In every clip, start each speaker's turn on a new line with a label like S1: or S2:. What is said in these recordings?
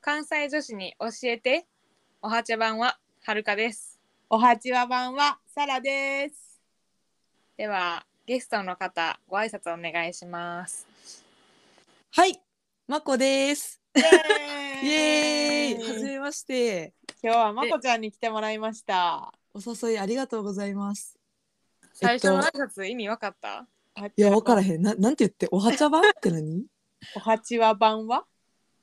S1: 関西女子に教えておはちゃ版ははるかです
S2: おはちわ版はサラです。
S1: ではゲストの方ご挨拶お願いします
S3: はい、まこです。
S2: イ
S3: イエーイ、はじめまして。
S2: 今日はまこちゃんに来てもらいました。
S3: お誘いありがとうございます。
S1: 最初の
S3: えっ
S1: 挨拶意味わかった、
S3: いや、わから
S2: ん。
S3: へん、な、なんて言って、おはちゃばって 何。
S2: おはちわ版は。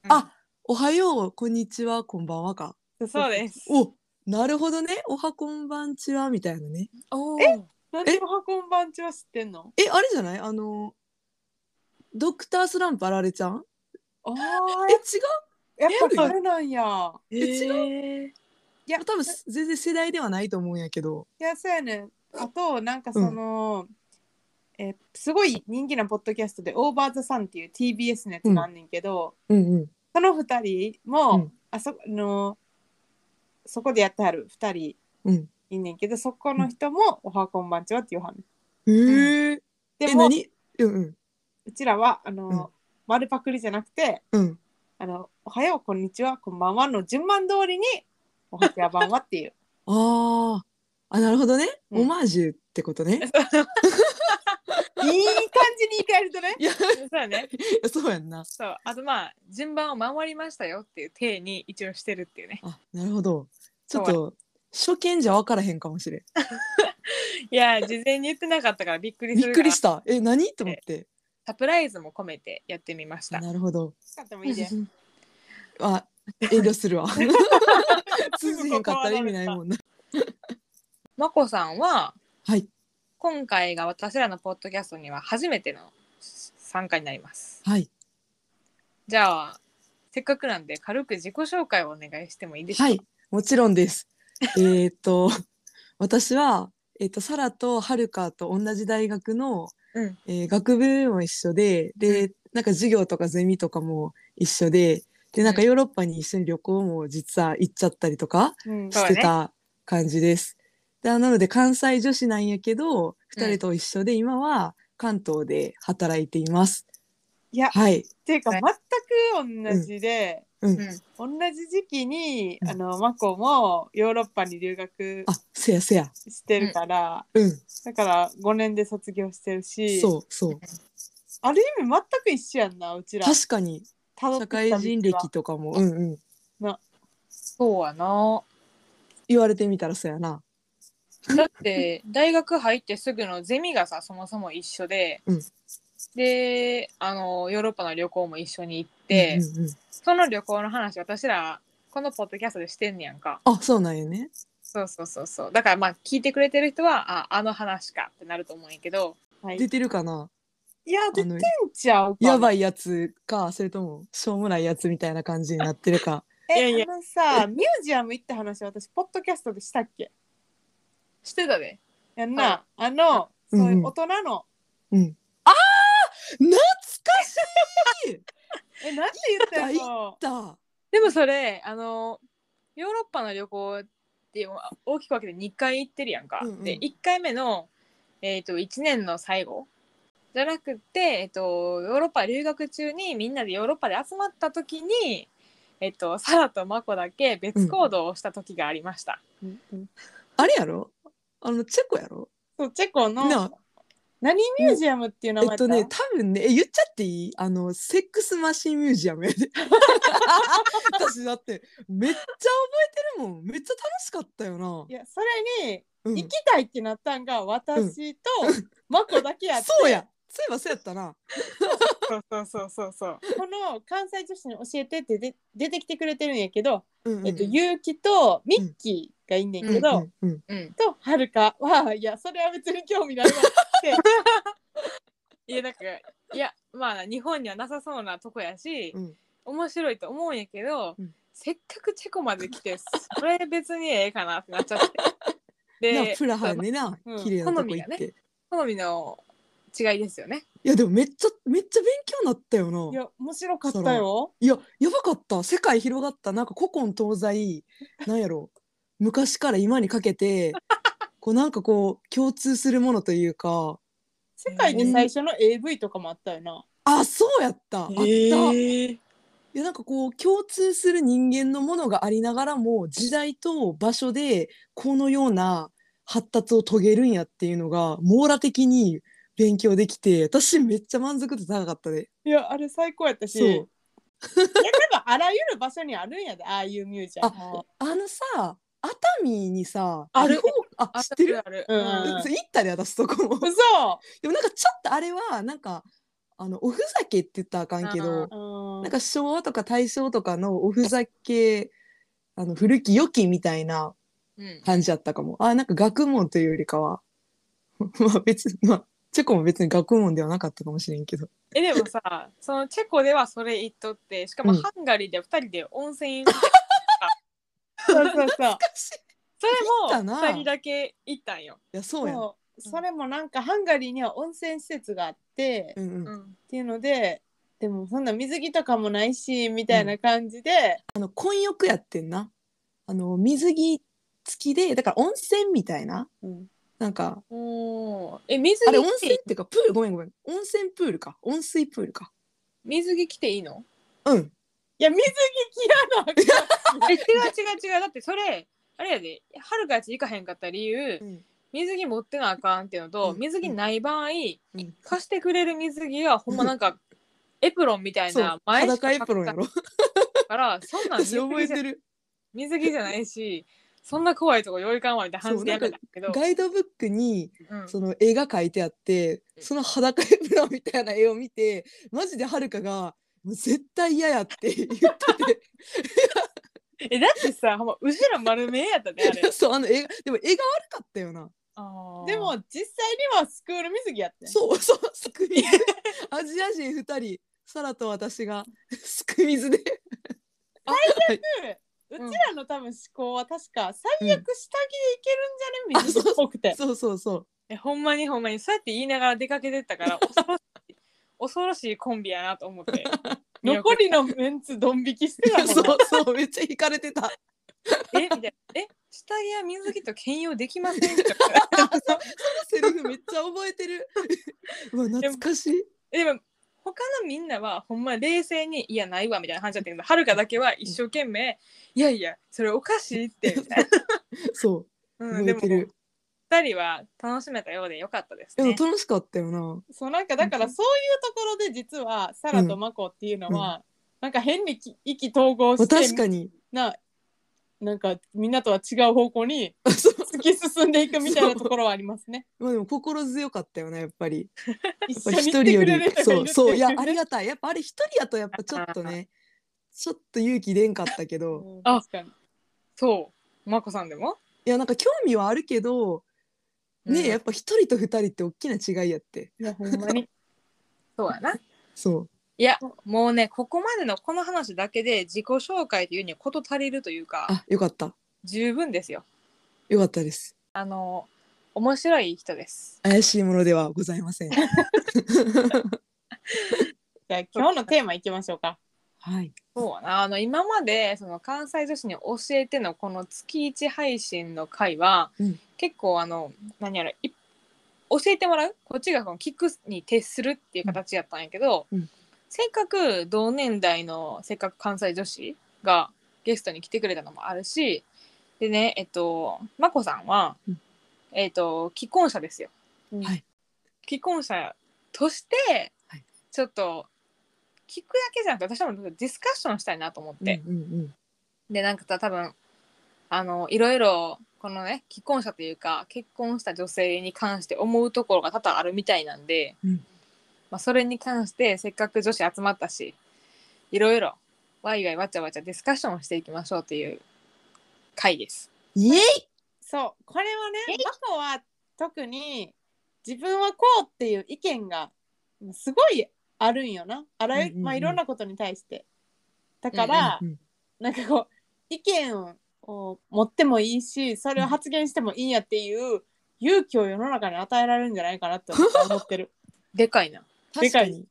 S3: あおはよう、こんにちは、こんばんはか。
S1: そうです
S3: お、なるほどね、おはこんばんちはみたいなね。
S1: お
S2: えなんでおはこんばんちは知ってんの。
S3: え、あれじゃない、あの。ドクタースランプあられちゃん。
S2: ああ、
S3: え、違う。
S2: やっぱそれなんや。
S1: えう
S2: いや
S3: 多分、全然世代ではないと思うんやけど。
S2: いや、そうやねん。あと、なんかその、えすごい人気なポッドキャストで「オーバー・ザ・サン」っていう TBS のやつもあんねんけど、
S3: うんうん。
S2: その2人も、
S3: うん
S2: あそあのそこでやってはる2人
S3: うん。
S2: いんねんけどそこの人も「おはこんばんちは」って言わはんねん
S3: えー、
S2: で
S3: え、
S2: も
S3: 何。うんうん。
S2: うちらはあの、
S3: うん
S2: 丸パクリじゃなくて
S3: うん。
S2: あの「おはようこんにちはこんばんは」の順番通りに「おはちゃばんは」って いう。
S3: ああ、あ、なるほどね。
S2: うん
S3: オマージュってことね。
S2: いい感じに言い換えるとね
S3: いや、
S1: そうやね
S3: そうやんな。
S1: そうあとまあ順番を守りましたよっていう体に一応してるっていう ね
S3: あ、なるほど。ちょっ
S1: そう
S3: と初見じゃ分からへんかもしれん。
S1: いやー事前に言ってなかったからびっくりす
S3: びっ
S1: る
S3: くり
S1: から
S3: した。え、何と思って。
S1: サプライズも込めてやってみました
S3: なるほど。
S2: 使ってもいいで。
S3: あ、遠慮するわ。通じへんかったら意味ないもんな。
S1: まこさんは
S3: はい。
S1: 今回が私らのポッドキャストには初めての参加になります
S3: はい。
S1: じゃあせっかくなんで軽く自己紹介をお願いしてもいいですか
S3: はい、もちろんです。えっと、私は、えっ、と、サラとはるかと同じ大学の、
S1: うん
S3: えー学部も一緒で、で、なんか授業とかゼミとかも一緒で、で、なんかヨーロッパに一緒に旅行も実は行っちゃったりとか
S2: うん
S1: そ
S3: し
S1: う
S3: て
S1: ね
S3: た感じです。でなので関西女子なんやけど、二人と一緒で今は関東で働いています。
S2: いや
S3: はい。
S2: っていうか
S1: は
S2: 全く同じで、
S3: うん。
S1: うん
S2: 同じ時期に
S3: うん
S2: あのマコもヨーロッパに留学
S3: あ、せやせや。
S2: してるから、
S3: うん。
S2: だから5年で卒業してるし
S3: そうそう。
S2: ある意味全く一緒やんなうちら
S3: 確かに
S2: 辿ってきた
S3: 社
S2: 道
S3: 会
S2: は
S3: 人歴とかも、うんうん。
S1: そうや な
S3: 言われてみたらそうやな。
S1: だって大学入ってすぐのゼミがさそもそも一緒で、
S3: うん
S1: であのヨーロッパの旅行も一緒に行って、
S3: うんうんうん
S1: その旅行の話私らこのポッドキャストでしてんねやんか
S3: あ、そうなんやね。
S1: そうそうそうそうだからまあ聞いてくれてる人はああの話かってなると思うんやけど
S2: はい
S3: 出てるかな。
S2: いや
S3: あ
S2: 出てん
S3: の
S2: ちゃう
S3: やば
S2: い
S3: いやつか、それともしょうもないやつみたいな感じになってるか。
S2: え
S1: いやいや
S2: あのさミュージアム行った話私ポッドキャストでしたっけ
S1: してたで
S2: やんな、あの、
S3: うん
S2: そういう大人の、
S3: うん。ああ、懐かし
S2: えなんて言ったの
S3: だ。
S1: でもそれあのヨーロッパの旅行って大きく分けて2回行ってるやんか、
S3: うんうん
S1: で1回目の、えー、と1年の最後じゃなくて、えっとヨーロッパ留学中にみんなでヨーロッパで集まった時に、えっとサラとマコだけ別行動をした時がありました、
S2: うんうん
S3: あれやろ。あのチェコやろ。
S2: そうチェコの
S3: な
S2: 何ミュージアムっていう名前
S3: え
S2: だ
S3: っとね、多分ね、え言っちゃっていい。あのセックスマシンミュージアムや で。私だって、めっちゃ覚えてるもん。めっちゃ楽しかったよな。
S2: いやそれに
S3: うん
S2: 行きたいってなったんが私とマコだけやって、
S3: そうや。そういえばそうやったな。
S1: そうそうそうそうそう
S2: この関西女子に教えてってで出てきてくれてるんやけど、
S3: うんうん
S2: えっとゆうきとミッキーがいんねんけど、
S3: うんうんうん
S1: うん
S2: とはるかはいやそれは別に興味ないわ って
S1: いやなんかいやまあ日本にはなさそうなとこやし、
S3: うん
S1: 面白いと思うんやけど、
S3: うん
S1: せっかくチェコまで来てそれ別にええかなってなっちゃ って
S3: な
S1: で
S3: プラハねな
S2: うん
S3: 綺麗なとこ
S1: 好
S3: 行
S1: みが
S3: っ
S1: ね
S3: て、
S1: 好みの違いですよね
S3: いやでもめっちゃめっちゃ勉強になったよ
S2: い
S3: な
S2: や面白かったよ
S3: いややばかった世界広がったなんか古今東西なんやろ昔から今にか けてこうなんかこう共通するものというか
S2: 世界で最初の AV とかもあったよな、
S3: あそうやったあった、
S1: えー
S3: いやなんかこう共通する人間のものがありながらも時代と場所でこのような発達を遂げるんやっていうのが網羅的に勉強できて私めっちゃ満足度高かったで、
S2: いやあれ最高やったし
S3: そう
S2: いや多分あらゆる場所にあるんやでああいうミュージアム
S3: ああのさ熱海にさ
S2: ある
S3: れあ知ってる
S1: ある
S2: うん
S1: ある
S3: うん行ったで私そこ も
S2: 嘘
S3: でもなんかちょっとあれはなんかあのおふざけって言ったらあかんけど
S2: うん
S3: なんか昭和とか大正とかのおふざけあの古き良きみたいな
S1: うん
S3: 感じだったかも。あなんか学問というよりかは まあ別にまあチェコも別に学問ではなかったかもしれんけど。
S1: えでもさそのチェコではそれ言っとってしかも
S3: うん
S1: ハンガリーで2人で温泉行って、
S2: そうそうそう
S3: 行った
S1: それも
S3: な
S1: 2人だけ行ったんよ。
S3: いやそうやん。
S2: そうそれもなんかハンガリーには温泉施設があって、
S3: うんうん
S1: うん
S2: っていうのででもそんな水着とかもないしみたいな感じで、
S3: あの混浴やってんな。あの水着付きでだから温泉みたいな
S2: うん
S3: なんか
S1: おーえ水
S3: あれ
S1: 着
S3: 温
S1: 着
S3: 泉ってていうかプールごめんごめん温泉プールか温水プールか。
S1: 水着着ていいの
S3: うん
S2: いや水着着らなあかん
S1: え違う違う違うだってそれあれやではるかやつ行かへんかった理由
S3: うん
S1: 水着持ってなあかんっていうのと
S3: うん
S1: 水着ない場合、
S3: うん
S1: 貸してくれる水着がほんまなんかエプロンみたい
S3: そう
S1: な前しか
S3: 裸エプロンやろ
S1: からそんなん
S3: 私
S1: 水
S3: 覚
S1: 着
S3: え
S1: じゃ
S3: てる
S1: 水着じゃないしそんな怖いとこよりかんわみたいな話でやめたけど
S3: ガイドブックに
S1: うん
S3: その絵が描いてあってその裸エプロンみたいな絵を見てマジではるかが「もう絶対嫌や」って言ってて
S1: えだってさほんま後ろ丸見えやったであれ
S3: そうあの絵がでも絵が悪かったよな
S1: あー
S2: でも実際にはスクール水着やってん
S3: そうそうすくみずアジア人2人サラと私がすくみずで
S2: う
S1: うん
S2: ちらの多分思考は確か最悪下着でいけるんじゃね、
S3: うん
S2: 水着っぽくて
S3: そうそうそう
S1: えほんまにほんまにそうやって言いながら出かけてったから恐ろしい恐ろしいコンビやなと思って
S2: 残りのメンツドン引きしてたもんな
S3: そうそうめっちゃ惹かれてた
S1: えみたいなえ下着や水着と兼用できませんみたいな
S3: セリフめっちゃ覚えてるうわ懐かしい
S1: でも他のみんなはほんま冷静に「いやないわ」みたいな話だったけどはるかだけは一生懸命「いやいやそれおかしいって」みたい
S3: そう
S1: な、うん、
S3: 覚
S1: で
S3: え
S1: も
S3: てる、
S1: 2人は楽しめたようでよかったです
S3: で
S1: ね
S3: も。楽しかったよな
S2: そうなんかだからそういうところで実はサラとマコっていうのは、なんか変にき意気投合
S3: まあ
S2: して
S3: 確かに
S2: ななんかみんなとは違う方向に
S3: そう
S2: 突き進んでいくみたいなところはありますね。
S3: まあでも心強かったよねやっぱり
S2: 一緒
S3: やっぱ
S2: に来
S3: 一人
S2: て
S3: よ
S2: くれる
S3: り
S2: 人がいるって
S3: そうそういやあり
S2: が
S3: がたいやっぱあれ一人やとやっぱちょっと ねちょっと勇気出んかったけど
S2: う。
S1: あ
S2: 確かに。
S1: そうまこさんでも
S3: いやなんか興味はあるけどねえ、
S1: うん
S3: やっぱ一人と二人って大きな違いやって
S2: いやほんまに。
S1: そうやな。
S3: そう
S1: いやもうねここまでのこの話だけで自己紹介というには事足りるというか
S3: あよかった
S1: 十分ですよ。
S3: よかったです
S1: あの面白い人です。
S3: 怪しいものではございません
S2: じゃあ今日のテーマいきましょうか。
S3: はい
S1: そうやなあの今までその関西女子に教えてのこの月一配信の回は、
S3: うん
S1: 結構あの何やらい教えてもらうこっちがこの聞くに徹するっていう形やったんやけど、
S3: うん
S1: せっかく同年代のせっかく関西女子がゲストに来てくれたのもあるしでねえっと眞子さんは、
S3: うん
S1: えっと既婚者ですよ。
S3: はい
S1: 既婚者として、
S3: はい
S1: ちょっと聞くだけじゃなくて私もディスカッションしたいなと思って、
S3: うんうんうん
S1: でなんかさ多分あのいろいろこのね既婚者というか結婚した女性に関して思うところが多々あるみたいなんで、
S3: うん
S1: まあ、それに関してせっかく女子集まったしいろいろワイワイわちゃわちゃディスカッションをしていきましょうという回です。
S3: イエイ
S2: そうこれはね
S1: えい
S2: マコは特に自分はこうっていう意見がすごいあるんよな。あらゆ
S3: うんうんうん
S2: まあいろんなことに対して。だから、
S3: うん
S2: なんかこう意見を持ってもいいしそれを発言してもいいんやっていう勇気を世の中に与えられるんじゃないかなって思ってる。
S1: でかいな。
S3: 確かに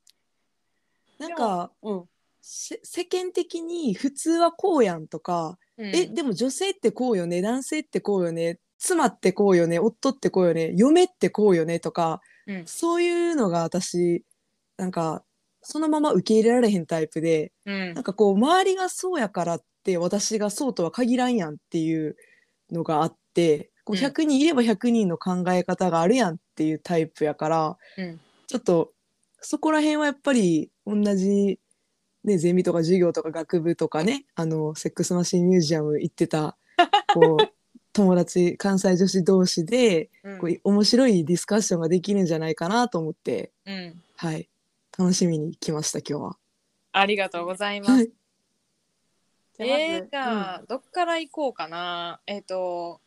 S3: なん
S2: で
S3: か
S2: うん、
S3: せ世間的に普通はこうやんとか
S1: うん
S3: えでも女性ってこうよね男性ってこうよね妻ってこうよね夫ってこうよね嫁ってこうよねとか、
S1: うん
S3: そういうのが私なんかそのまま受け入れられへんタイプで
S1: うん
S3: なんかこう周りがそうやからって私がそうとは限らんやんっていうのがあってこう
S1: うん
S3: 100人いれば100人の考え方があるやんっていうタイプやから、
S1: うん
S3: ちょっとそこら辺はやっぱり同じ、ね、ゼミとか授業とか学部とかねあのセックスマシンミュージアム行ってたこ う友達関西女子同士で
S1: うん
S3: こう面白いディスカッションができるんじゃないかなと思って、
S1: うん
S3: はい、楽しみに来ました今日は。
S1: ありがとうございます
S3: はい
S2: じゃあまず
S1: えー、じゃあ、どっから行こうかなえっ、と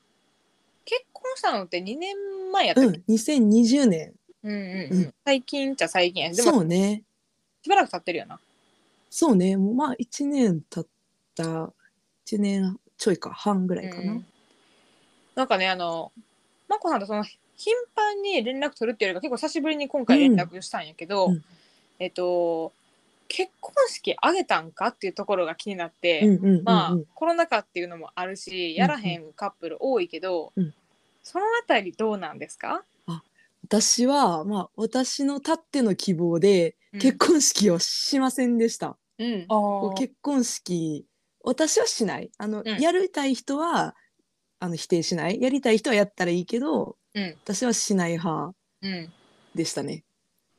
S1: 結婚したのって2年前やった
S3: う
S1: っ
S3: ん、
S1: け、
S3: 2020年
S1: うん、うん
S3: う
S1: うんん最近っちゃ最近やで
S3: そ
S1: も
S3: うね
S1: しばらく経ってるよな
S3: そうねもうまあ1年経った1年ちょいか半ぐらいかな、
S1: うんなんかねあのまこさんとその頻繁に連絡取るっていうよりか結構久しぶりに今回連絡したんやけど、
S3: うん
S1: えっと結婚式あげたんかっていうところが気になって、
S3: うんうんうんうん
S1: まあ、コロナ禍っていうのもあるしやらへんカップル多いけど、
S3: うん
S1: そのあたりどうなんですか、
S3: 私はまあ私のたっての希望で結婚式をしませんでした、
S2: うん
S3: こう
S1: 構
S3: 結婚式私はしないあの、
S1: うん
S3: やりたい人はあの否定しないやりたい人はやったらいいけど
S1: うん
S3: 私はしない派
S1: うん
S3: でしたね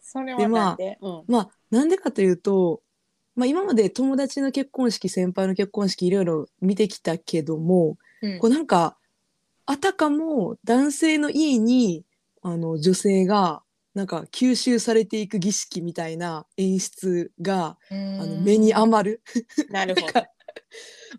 S2: それ
S3: で
S2: は
S3: ま
S2: な
S3: あ
S2: んで、うん
S3: まあなんでかというと、まあ、今まで友達の結婚式先輩の結婚式いろいろ見てきたけども、
S1: うん
S3: こうなんかあたかも男性の家にあの女性がなんか吸収されていく儀式みたいな演出があの目に余る。
S2: なるほ
S3: な
S2: ど
S3: んか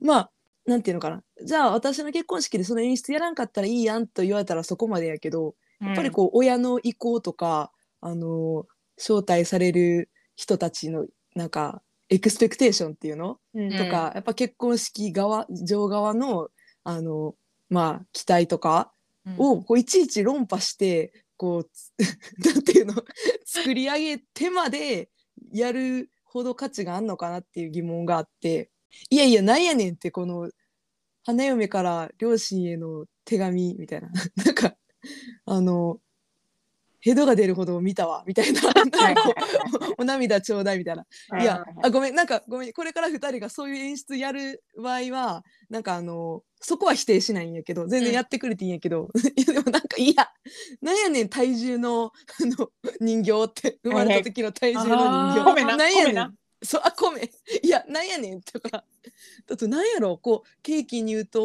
S3: まあなんていうのかなじゃあ私の結婚式でその演出やらんかったらいいやんと言われたらそこまでやけど
S1: や
S3: やっぱりこう親の意向とか、あの招待される人たちのなんかエクスペクテーションっていうの、
S2: うん
S3: とかやっぱ結婚式側上側のあの、まあ、期待とか
S1: うん
S3: をこういちいち論破してこうつ なんていうの 作り上げてまでやるほど価値があんのかなっていう疑問があっていやいやなんやねんってこの花嫁から両親への手紙みたいな なんかあのヘドが出るほど見たわみたいななんかこうお涙ちょうだいみたいな
S2: はいい
S3: や
S2: はい
S3: あごめんなんかごめんこれから2人がそういう演出やる場合はなんかあのそこは否定しないんやけど全然やってくれていいんやけど、い やでもなんかいやなんやねん体重のあの人形って生まれた時の体重の人
S1: あ
S3: 形
S1: ー
S2: 米な
S3: なんやね
S2: 米なん
S3: そうあ米いやなんやねんとかあとなんやろこうケーキ入刀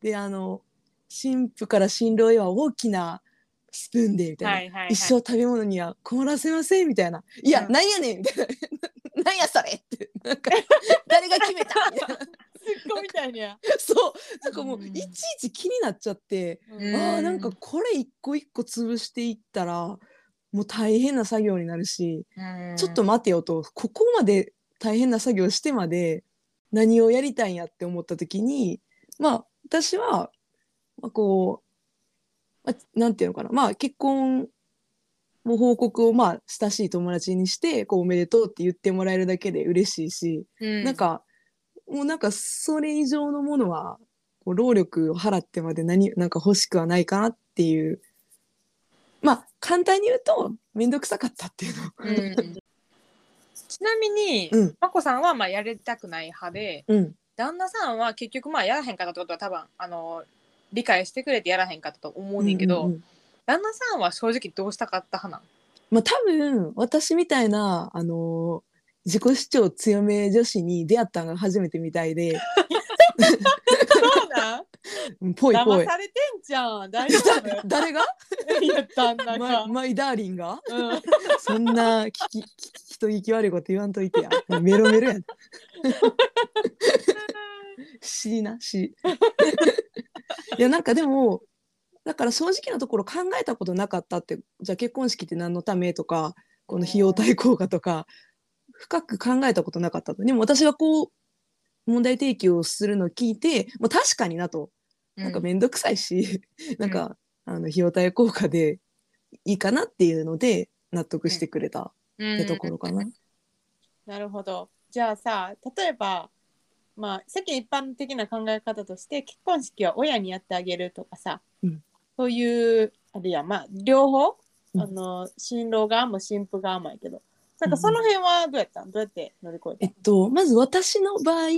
S3: であの新婦から新郎へは大きなスプーンでみたいな、
S1: はいはいはい、
S3: 一生食べ物には困らせませんみたいな「いや、
S1: うん
S3: なんや ねん」みたいな「なんやそれ」ってなん か誰が決めたみたいな
S2: ツッコみたいにや
S3: そうなんかもう
S1: うん
S3: いちいち気になっちゃって、
S1: うん
S3: あーなんかこれ一個一個潰していったらもう大変な作業になるし、
S1: うん
S3: ちょっと待てよとここまで大変な作業してまで何をやりたいんやって思った時にまあ私は、まあ、こう、まあ、なんていうのかなまあ結婚の報告をまあ親しい友達にしてこうおめでとうって言ってもらえるだけで嬉しいし、
S1: うん
S3: なんかもうなんかそれ以上のものはこう労力を払ってまで何なんか欲しくはないかなっていうまあ簡単に言うと面倒くさかったっていうの。
S1: うんちなみに、
S3: うん
S1: まこさんはまあやりたくない派で
S3: うん
S1: 旦那さんは結局まあやらへんかったってことは多分あの理解してくれてやらへんかったと思うねんけど、
S3: うんうんうん
S1: 旦那さんは正直どうしたかった派
S3: まあ多分私みたいなあのー自己主張強め女子に出会ったのが初めてみたいで
S2: そうなん
S3: うんぽいぽ
S2: 騙
S3: い
S2: されてんじゃん大丈夫
S3: 誰が
S2: 言ったんだ
S3: マ
S2: か
S3: イマイダーリンが
S2: うん
S3: そんな聞き聞き人聞き悪いこと言わんといてやメロメロやなしなしいやなんかでもだから正直なところ考えたことなかったってじゃあ結婚式って何のためとかこの費用対効果とか深く考えたことなかったとでも私がこう問題提起をするのを聞いて、まあ、確かになとな
S1: なん
S3: か面倒くさいし、なんか、あの費用対効果でいいかなっていうので納得してくれたってところかな。
S2: なるほどじゃあさ例えばまあ世間一般的な考え方として結婚式は親にやってあげるとかさ、
S3: うん
S2: そういうあるいはまあ両方、
S3: うん
S2: あの新郎側も新婦側もやけどなんかその辺はどうやったんどうやって乗り越え
S3: えっと、まず私の場合、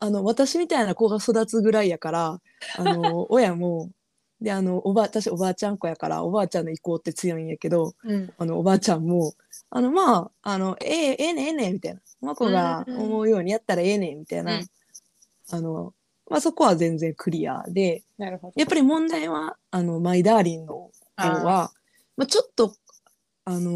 S3: あの、私みたいな子が育つぐらいやから、あ の、親も、で、あの、おばあ、私おばあちゃん子やから、おばあちゃんの意向って強いんやけど、
S2: たうん
S3: あの、おばあちゃんも、あの、まあ、あの、ええええねんええねんみたいな。マコが
S1: うん
S3: 思うようにやったらええねんみたいな。
S1: うん
S3: あの、まあ、そこは全然クリアで、
S2: なるほど
S3: やっぱり問題は、あの、マイダーリンの方は、まあ、ちょっとあの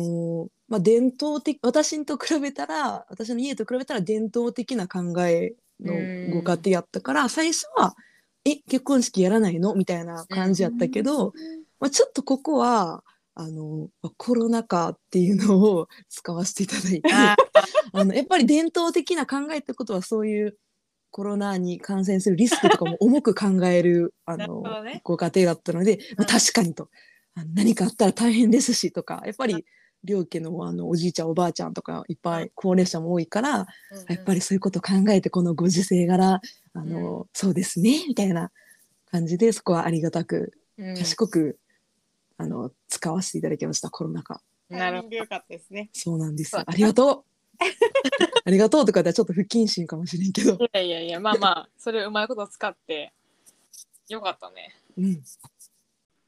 S3: ーまあ、伝統的私と比べたら私の家と比べたら伝統的な考えのご家庭やったから最初は「え結婚式やらないの?」みたいな感じやったけど、まあ、ちょっとここはあのまあコロナ禍っていうのを使わせていただいて
S1: あ
S3: あのやっぱり伝統的な考えってことはそういうコロナに感染するリスクとかも重く考え るあ
S1: なる
S3: の
S1: ほどね
S3: ご家庭だったので、まあ
S1: うん
S3: 確かにとあの何かあったら大変ですしとかやっぱり両家のあのおじいちゃんおばあちゃんとかいっぱい高齢者も多いから、やっぱりそういうこと考えてこのご時世柄あの、そうですねみたいな感じでそこはありがたく
S1: うん
S3: 賢く、あの使わせていただきましたコロナ禍
S1: なる
S2: タイミング良かったですね
S3: そうなんです
S1: そう
S3: ありがとう ありがとうとかではちょっと不謹慎かもしれんけど
S1: い、やいやいやまあまあそれをうまいこと使ってよかったね。
S3: うん、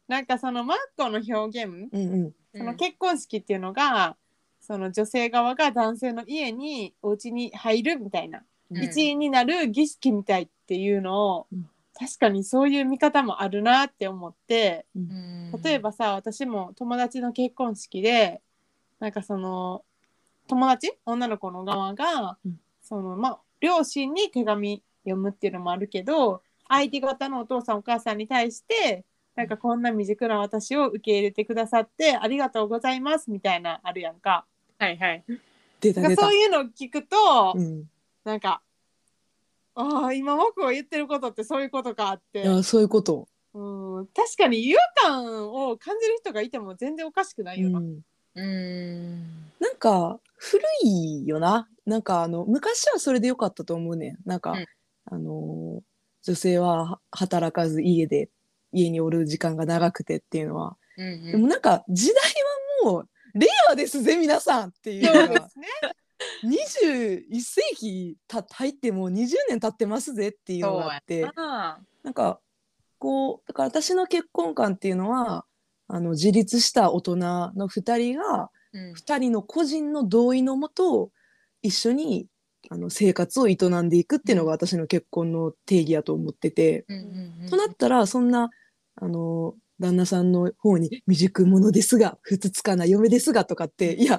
S2: なんかそのマッコの表現
S3: うんうん
S2: その結婚式っていうのがその女性側が男性の家にお家に入るみたいな
S1: うん
S2: 一員になる儀式みたいっていうのを、
S3: うん
S2: 確かにそういう見方もあるなって思って
S1: うん
S2: 例えばさ私も友達の結婚式でなんかその友達女の子の側が、
S3: うん
S2: そのまあ両親に手紙読むっていうのもあるけど相手方のお父さんお母さんに対してなんかこんな未熟な私を受け入れてくださってありがとうございますみたいなあるやんか
S1: はいはい。
S3: 出た
S2: なん
S3: 出
S2: か
S3: た
S2: そういうのを聞くと、
S3: うん、い
S2: なんかああ今僕が言ってることってそういうことかって
S3: やそういうこと、
S2: うん確かに違和感を感じる人がいても全然おかしくな
S3: う
S2: いよな。
S3: ん、
S1: うん
S3: なんか古いよななんかあの昔はそれでよかったと思うねんなんか、
S1: うん
S3: あのー女性は働かず家で家におる時間が長くてっていうのは、
S1: うんうん
S3: でもなんか時代はもう令和ですぜ皆さんっていうの
S2: そうで
S3: が
S2: すね。
S3: 21世紀た入ってもう20年経ってますぜっていうのがあって
S1: そうやな
S3: なんかこうだから私の結婚観っていうのはあの自立した大人の2人が
S1: うん
S3: 2人の個人の同意のもと一緒にあの生活を営んでいくっていうのが私の結婚の定義やと思ってて、
S1: うんうんうん
S3: となったらそんなあの旦那さんの方に「未熟者ですがふつつかな嫁ですが」とかって「いや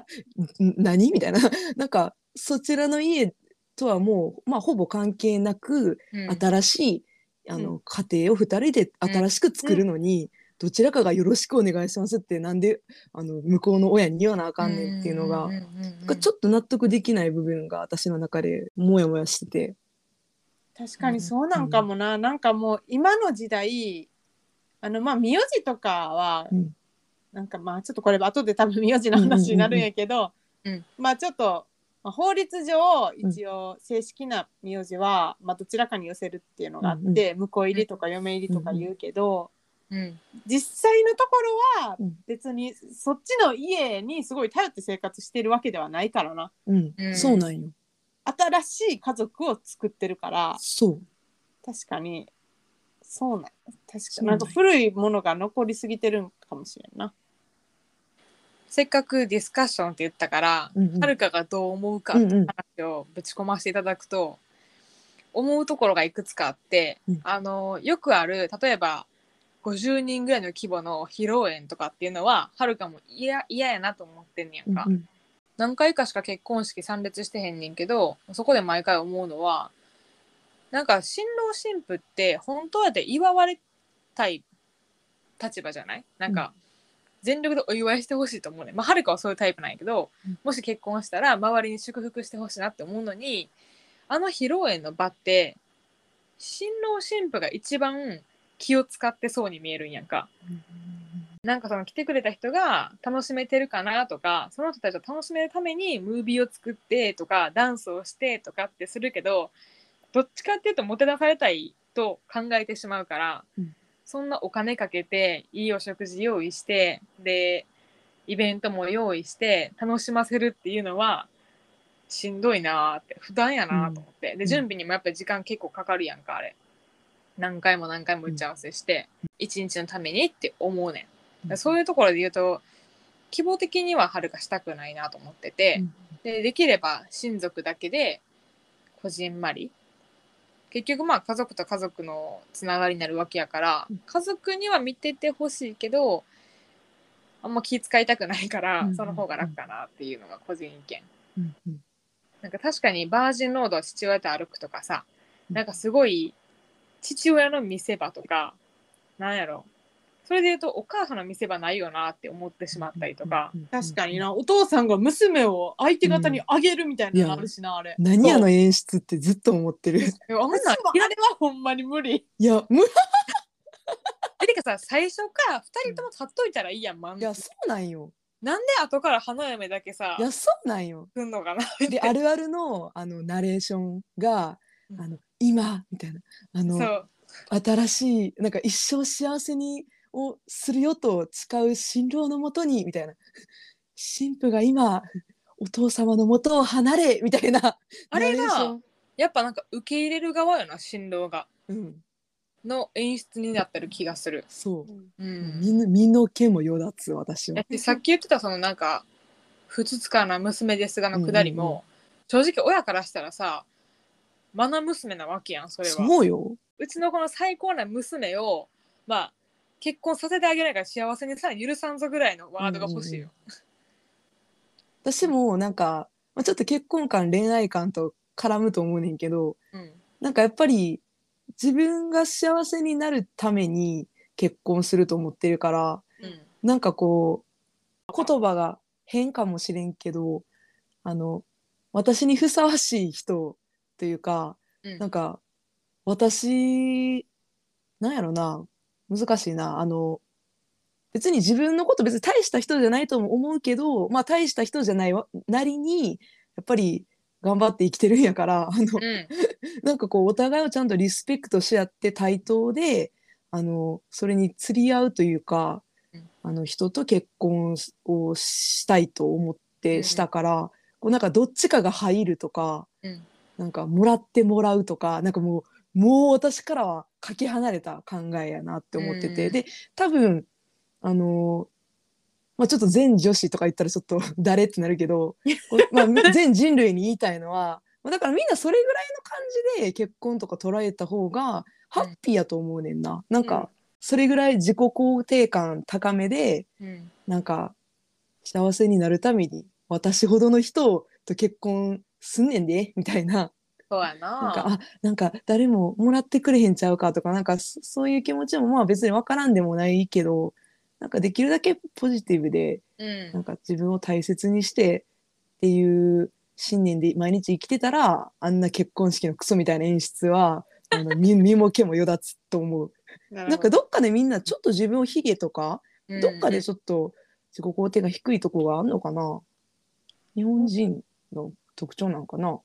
S3: ん何?」みたいな なんかそちらの家とはもう、まあ、ほぼ関係なく
S1: うん
S3: 新しい、あ
S2: う
S3: の家庭を2人で新しく作るのに、どちらかが「よろしくお願いします」ってなんであの向こうの親に言わなあかんねんっていうのが、
S1: うんうんうんうん
S3: がちょっと納得できない部分が私の中でモヤモヤしてて、
S2: 確かにそうなんかもな、なんかもう今の時代あのまあ名字とかは、
S3: うん
S2: なんかまあちょっとこれ後で多分名字の話になるんやけど、
S1: うんうんうん
S2: まあちょっと、まあ、法律上一応正式な名字は、まあ、どちらかに寄せるっていうのがあって、婿入りとか嫁入りとか言うけど、
S1: うん
S2: 実際のところは
S3: うん
S2: 別にそっちの家にすごい頼って生活してるわけではないからな
S3: うん
S1: うん
S3: そうなんよ
S2: 新しい家族を作ってるから。
S3: そう
S2: 確かにそうなん確か
S3: そう
S2: に
S3: な
S2: なんんか古いものが残りすぎてるんかもしれんな
S1: せっかくディスカッションって言ったから、
S3: うんうん
S1: はるかがどう思うか
S3: うんうん
S1: 話をぶち込ませていただくと、思うところがいくつかあって、
S3: うん
S1: あのよくある例えば50人ぐらいの規模の披露宴とかっていうのははるかも嫌嫌やなと思ってんねやんか、
S3: うん
S1: 何回かしか結婚式参列してへんねんけどそこで毎回思うのはなんか新郎新婦って本当はで祝われたい立場じゃないなんか、全力でお祝いしてほしいと思うねんまあはるかはそういうタイプなんやけど、
S3: うん
S1: もし結婚したら周りに祝福してほしいなって思うのにあの披露宴の場って新郎新婦が一番気を使ってそうに見えるんやんか。なんかその来てくれた人が楽しめてるかなとかその人たちを楽しめるためにムービーを作ってとかダンスをしてとかってするけどどっちかっていうともてなされたいと考えてしまうから、
S3: うん
S1: そんなお金かけていいお食事用意してでイベントも用意して楽しませるっていうのはしんどいなーって負担やなーと思って、で
S3: ん
S1: 準備にもやっぱり時間結構かかるやんかあれ何回も何回も打ち合わせして、一日のためにって思うねんだからそういうところで言うと希望的にははるかしたくないなと思ってて、
S3: うん
S1: でできれば親族だけでこじんまり結局まあ家族と家族のつながりになるわけやから
S3: うん
S1: 家族には見ててほしいけどあんま気遣いたくないから、
S3: うんうんうん
S1: その方が楽かなっていうのが個人意見。
S3: うんうん
S1: なんか確かにバージンロードを父親と歩くとかさ、
S3: うん
S1: なんかすごい父親の見せ場とか、なんやろ。それで言うとお母さんの見せ場ないよなって思ってしまったりとか、
S2: 確かにな、お父さんが娘を相手方にあげるみたいなのあるしな、あれ。
S3: 何や
S2: そう
S3: の演出ってずっと思ってる
S1: えあん
S2: あれ
S1: な
S2: は
S1: ん
S2: ほんまに無理。
S3: いやむい
S1: えてかさ最初から2人とも立っといたらいいやん、まん、
S3: やそうなんよ
S1: なんで後から花嫁だけさ
S3: いやそうなんよ
S1: 来んのかな
S3: であるあるのあのナレーションが「あの今」みたいなあ
S1: そ
S3: の
S1: う
S3: 新しいなんか一生幸せにをするよと誓う新郎のもとにみたいな新婦が今お父様のもとを離れみたいな
S1: あれが
S3: ナレーション
S1: やっぱなんか受け入れる側よな新郎が
S3: うん、
S1: の演出になってる気がする、
S3: そう、
S1: う
S3: 身
S1: ん、
S3: の身の毛もよだつ私は
S1: でさっき言ってたそのなんか「不つかな娘ですが」のくだりも、正直親からしたらさマナ娘なわけやんそれは
S3: そうよ
S1: うちのこの最高な娘をまあ結婚させてあげないから幸せにさらに許さんぞぐらいのワードが欲しいよ、
S3: 私もなんかまあちょっと結婚観恋愛観と絡むと思うねんけど
S1: うん
S3: なんかやっぱり自分が幸せになるために結婚すると思ってるから
S1: うん
S3: なんかこう言葉が変かもしれんけどあの私にふさわしい人というか
S1: うん
S3: なんか私なんやろな難しいなあの別に自分のこと別に大した人じゃないとも思うけどまあ大した人じゃないわなりにやっぱり頑張って生きてるんやからあ
S1: う
S3: の
S1: ん
S3: なんかこうお互いをちゃんとリスペクトし合って対等であのそれに釣り合うというか、
S1: うん
S3: あの人と結婚をしたいと思っ
S1: うん
S3: てしたから、こうなんかどっちかが入るとか、
S1: うん
S3: なんかもらってもらうとかなんかもうもう私からはかけ離れた考えやなって思ってて、
S1: うん
S3: で多分あのまあ、ちょっと全女子とか言ったらちょっと 誰ってなるけど、こう まあ、全人類に言いたいのはまあだからみんなそれぐらいの感じで結婚とか捉えた方がハッピーやと思うねんな。なん
S1: うん
S3: かそれぐらい自己肯定感高めで
S1: うん
S3: なんか幸せになるために私ほどの人と結婚すんねんでみたいな
S1: そうや
S3: なんか
S1: な
S3: あなんか誰ももらってくれへんちゃうかとかなんかそそういう気持ちもまあ別に分からんでもないけどなんかできるだけポジティブで
S1: うん
S3: なんか自分を大切にしてっていう信念で毎日生きてたらあんな結婚式のクソみたいな演出はあの身 身も毛もよだつと思う
S2: な
S3: なんかどっかでみんなちょっと自分を卑下とか
S1: うん
S3: どっかでちょっと自己肯定が低いとこがあるのかな日本人の特徴なんかな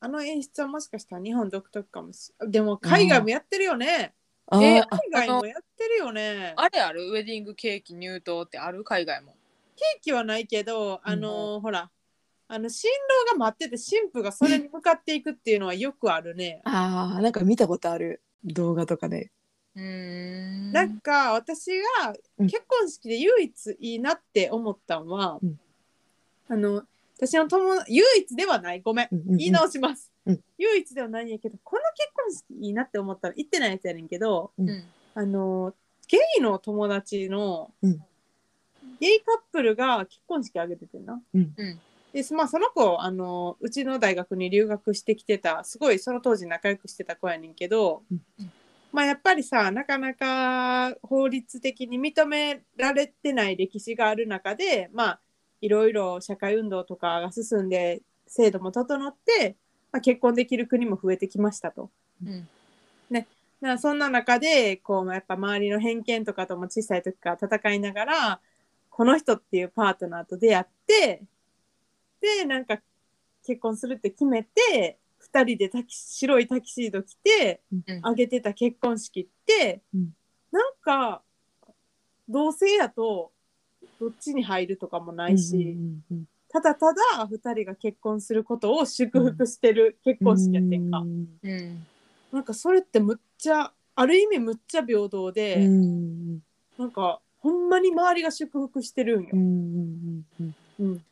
S2: あの演出はもしかしたら日本独特かもしれない。でも海外もやってるよね。
S3: あー
S1: え
S3: あ
S2: 海外もやってるよね。
S1: あれあるウェディングケーキ入刀ってある海外も
S2: ケーキはないけど、あのーほら、あの新郎が待ってて新婦がそれに向かっていくっていうのはよくあるね。
S3: ああ、なんか見たことある動画とかで。
S1: うーん
S2: なんか私が
S3: うん
S2: 結婚式で唯一いいなって思ったのは、
S3: うん
S2: あの私の友達唯一ではないごめん
S3: うんうんうん
S2: 言い直します、
S3: うん
S2: 唯一ではないんやけどこの結婚式いいなって思ったら行ってないやつやねんけど
S1: うん
S2: あのゲイの友達の、
S3: うん
S2: ゲイカップルが結婚式あげててんな。
S3: うん
S1: うん
S2: でまあ、その子あのうちの大学に留学してきてたすごいその当時仲良くしてた子やねんけど、
S3: うん
S2: まあ、やっぱりさなかなか法律的に認められてない歴史がある中で、まあ、いろいろ社会運動とかが進んで制度も整って、まあ、結婚できる国も増えてきましたと。
S1: うん
S2: なそんな中でこうやっぱ周りの偏見とかとも小さい時から戦いながらこの人っていうパートナーと出会ってでなんか結婚するって決めて2人でタキ白いタキシード着て
S1: うん
S2: あげてた結婚式って、
S3: うん
S2: なんか同性やとどっちに入るとかもないし、
S3: うんうん
S2: ただただ2人が結婚することを祝福してる結婚式やってんか、
S3: うん
S1: うん
S2: なんかそれってむっちゃある意味むっちゃ平等で、
S3: うん
S2: なんかほんまに周りが祝福してるんよ
S3: うんう、んうん
S2: うん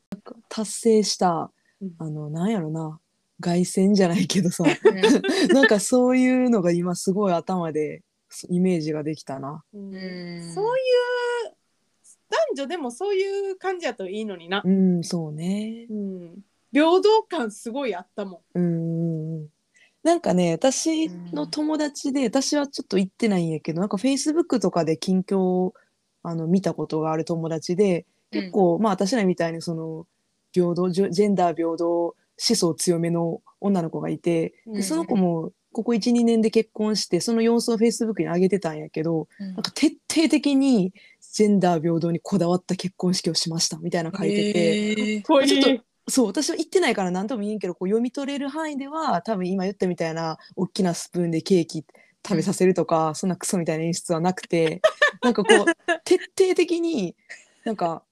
S3: 達成した
S2: うん
S3: あのなんやろな凱旋じゃないけどさ なんかそういうのが今すごい頭でイメージができたな。
S2: うん
S1: うん
S2: そういう男女でもそういう感じやといいのにな、
S3: うんそうね。
S2: うん、平等感すごいあったも
S3: うんうんうんなんかね私の友達で、私はちょっと行ってないんやけどなんかフェイスブックとかで近況をあの見たことがある友達で 結構、まあ私らみたいにその平等ジェジェンダー平等思想強めの女の子がいて
S2: ん、
S1: う
S3: で
S1: ん
S3: その子もここ12年で結婚してその様子をフェイスブックに上げてたんやけど
S1: うん
S3: なんか徹底的にジェンダー平等にこだわった結婚式をしましたみたいなの書いてて。
S1: へー
S2: こうい
S3: ちょっ
S2: う
S3: そう私は行ってないから何とも言えんけどこう読み取れる範囲では多分今言ったみたいな大きなスプーンでケーキ食べさせるとか、そんなクソみたいな演出はなくてなんかこ う徹底的になんか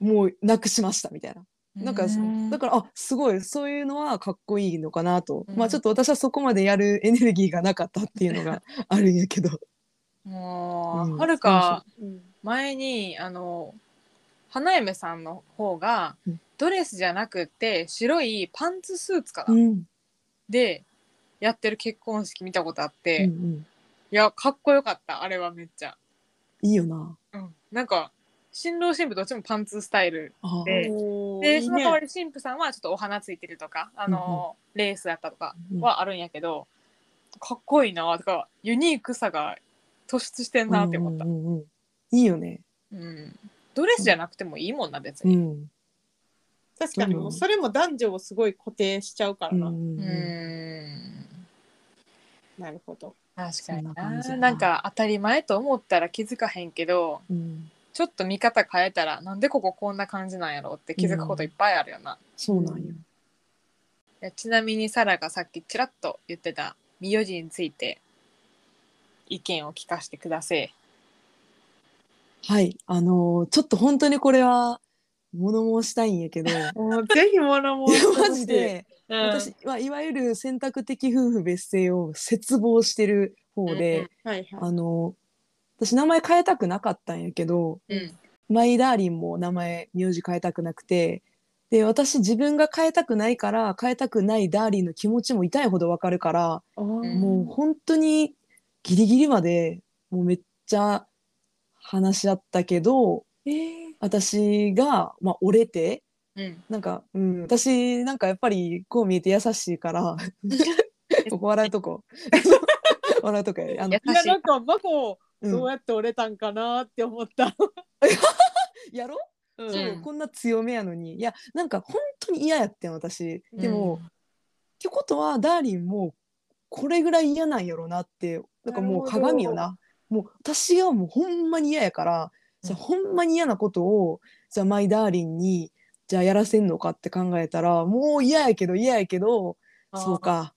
S3: もうなくしましたみたいななんか
S1: うん
S3: だからあすごいそういうのはかっこいいのかなと、
S1: うん
S3: まあちょっと私はそこまでやるエネルギーがなかったっていう のがあるんやけど。
S1: も
S3: うん
S1: うはるか
S2: うん
S1: 前にあの花嫁さんの方が
S3: うん
S1: ドレスじゃなくて白いパンツスーツかな、
S3: うん
S1: でやってる結婚式見たことあっ
S3: うんう
S1: て、い
S3: ん、
S1: やかっこよかったあれはめっちゃ、
S3: いいよな。
S1: うん、なんか新郎新婦どっちもパンツスタイル
S3: あー
S1: で
S2: おー
S1: で
S2: いい
S1: その代わり新婦さんはちょっとお花ついてるとかあの、レースだったとか
S3: うん
S1: はあるんやけど、かっこいいなとかユニークさが突出してんなって思った、
S3: うんうんうんいいよね。
S1: うん、ドレスじゃなくてもいいもんな別
S3: う
S1: に、
S3: ん
S2: 確かにもうそれも男女をすごい固定しちゃうから
S3: うん
S2: な、
S3: うん
S1: う
S3: うん
S1: ん
S2: なるほど
S1: 確かに
S3: そんな感
S1: な
S3: じや
S1: な
S3: なん
S1: か当たり前と思ったら気づかへんけど
S3: うん
S1: ちょっと見方変えたらなんでこここんな感じなんやろうって気づくこといっぱいあるよな、
S3: そうなんよ。
S1: いやちなみにサラがさっきちらっと言ってた名字について意見を聞かせてください
S3: はい、あのーちょっと本当にこれは物申したいんやけ ど、いや
S2: もうぜひもらもう
S3: マジで
S1: うん
S3: 私はいわゆる選択的夫婦別姓を絶望してる方で、
S2: はいはい
S3: あのー私名前変えたくなかったんやけど、
S1: うん
S3: マイダーリンも名前名字変えたくなくて。で私自分が変えたくないから変えたくないダーリンの気持ちも痛いほどわかるから、
S2: あー
S3: もう本当にギリギリまでもうめっちゃ話し合ったけど
S2: えー
S3: 私が、まあ、折れて
S1: うん
S3: なんか、うん、私なんかやっぱりこう見えて優しいから ここ笑うとこ笑うとこやであの
S2: いやなんかマコ
S3: うん
S2: どうやって折れたんかなって思った、
S3: やろ、
S2: うん
S3: そう
S1: うん
S3: こんな強めやのにいやなんか本当に嫌やってん私でも、
S1: うん
S3: ってことはダーリンもこれぐらい嫌なんやろなってなんかも
S2: なるほ
S3: う
S2: ど
S3: 鏡よなもう私はもうほんまに嫌やから、じゃあほんまに嫌なことをじゃあマイダーリンにじゃあやらせんのかって考えたらもう嫌やけど嫌やけどそうか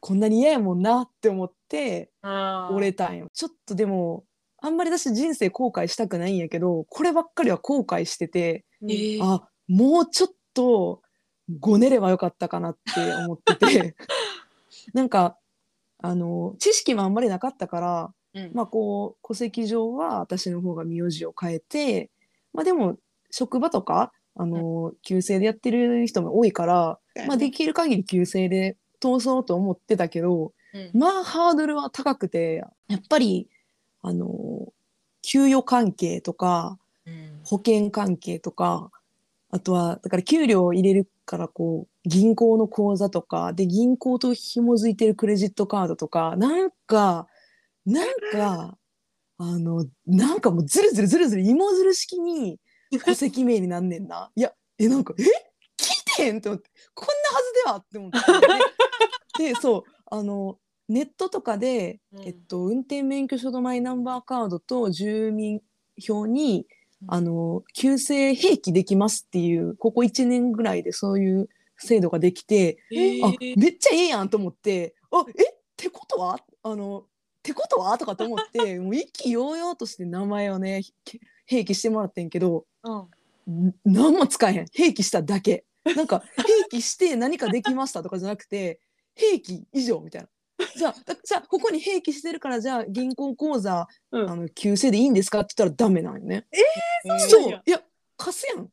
S3: こんなに嫌やもんなって思って
S1: あー
S3: 折れたんよちょっとでもあんまり私人生後悔したくないんやけどこればっかりは後悔してて
S2: うん
S1: えー
S3: あもうちょっとごねればよかったかなって思っててなんかあの知識もあんまりなかったから、
S1: うん
S3: まあ、こう戸籍上は私の方が名字を変えて、まあ、でも職場とかあの旧姓でやってる人も多いから、まあ、できる限り旧姓で通そうと思ってたけど
S1: うん
S3: まあハードルは高くてやっぱりあの給与関係とか
S1: うん
S3: 保険関係とかあとはだから給料を入れるからこう銀行の口座とかで銀行と紐づいてるクレジットカードとかなんかなんかあのなんかもうずるずるずるずる芋づる式に戸籍名になんねんな。いやえなんかえ聞いてへんって思ってこんなはずではって思ってででそうあのネットとかで、
S1: うん
S3: えっと、運転免許証とマイナンバーカードと住民票にあの旧姓併記できますっていうここ1年ぐらいでそういう制度ができて、あ
S1: えー
S3: めっちゃええやんと思ってあえってことはあのってことはとかと思ってもう意気揚々として名前をねひ併記してもらってんけど
S1: うん
S3: ん何も使えへん併記しただけなんか併記して何かできましたとかじゃなくて併記以上みたいな。じゃあだじゃあここに併記してるからじゃあ銀行口座、
S2: うん
S3: あの旧姓でいいんですかって言ったらダメなんよね。
S2: えー
S3: そういや貸すやんなん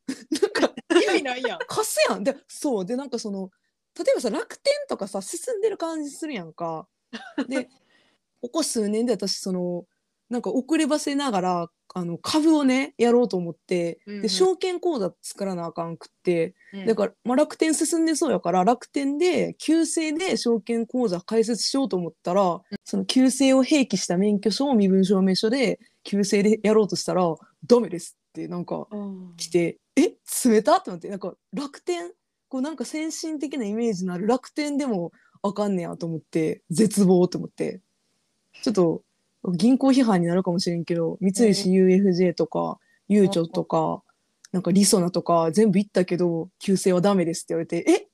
S3: か
S1: 意味ないやん
S3: 貸すやんでそうでなんかその例えばさ楽天とかさ進んでる感じするやん かでここ数年で私そのなんか遅ればせながらあの株をねやろうと思って、
S1: うんうん
S3: で証券口座作らなあかんくって、
S1: うん
S3: だから、まあ、楽天進んでそうやから楽天で旧姓で証券口座開設しようと思ったら、その旧姓を併記した免許証身分証明書で旧姓でやろうとしたらダメですってなんか来てえ冷たって思ってなんか楽天こうなんか先進的なイメージのある楽天でもあかんねやと思って絶望と思ってちょっと銀行批判になるかもしれんけど三菱 UFJ とかゆうちょとかなんかりそなとか全部行ったけど旧姓はダメですって言われてえ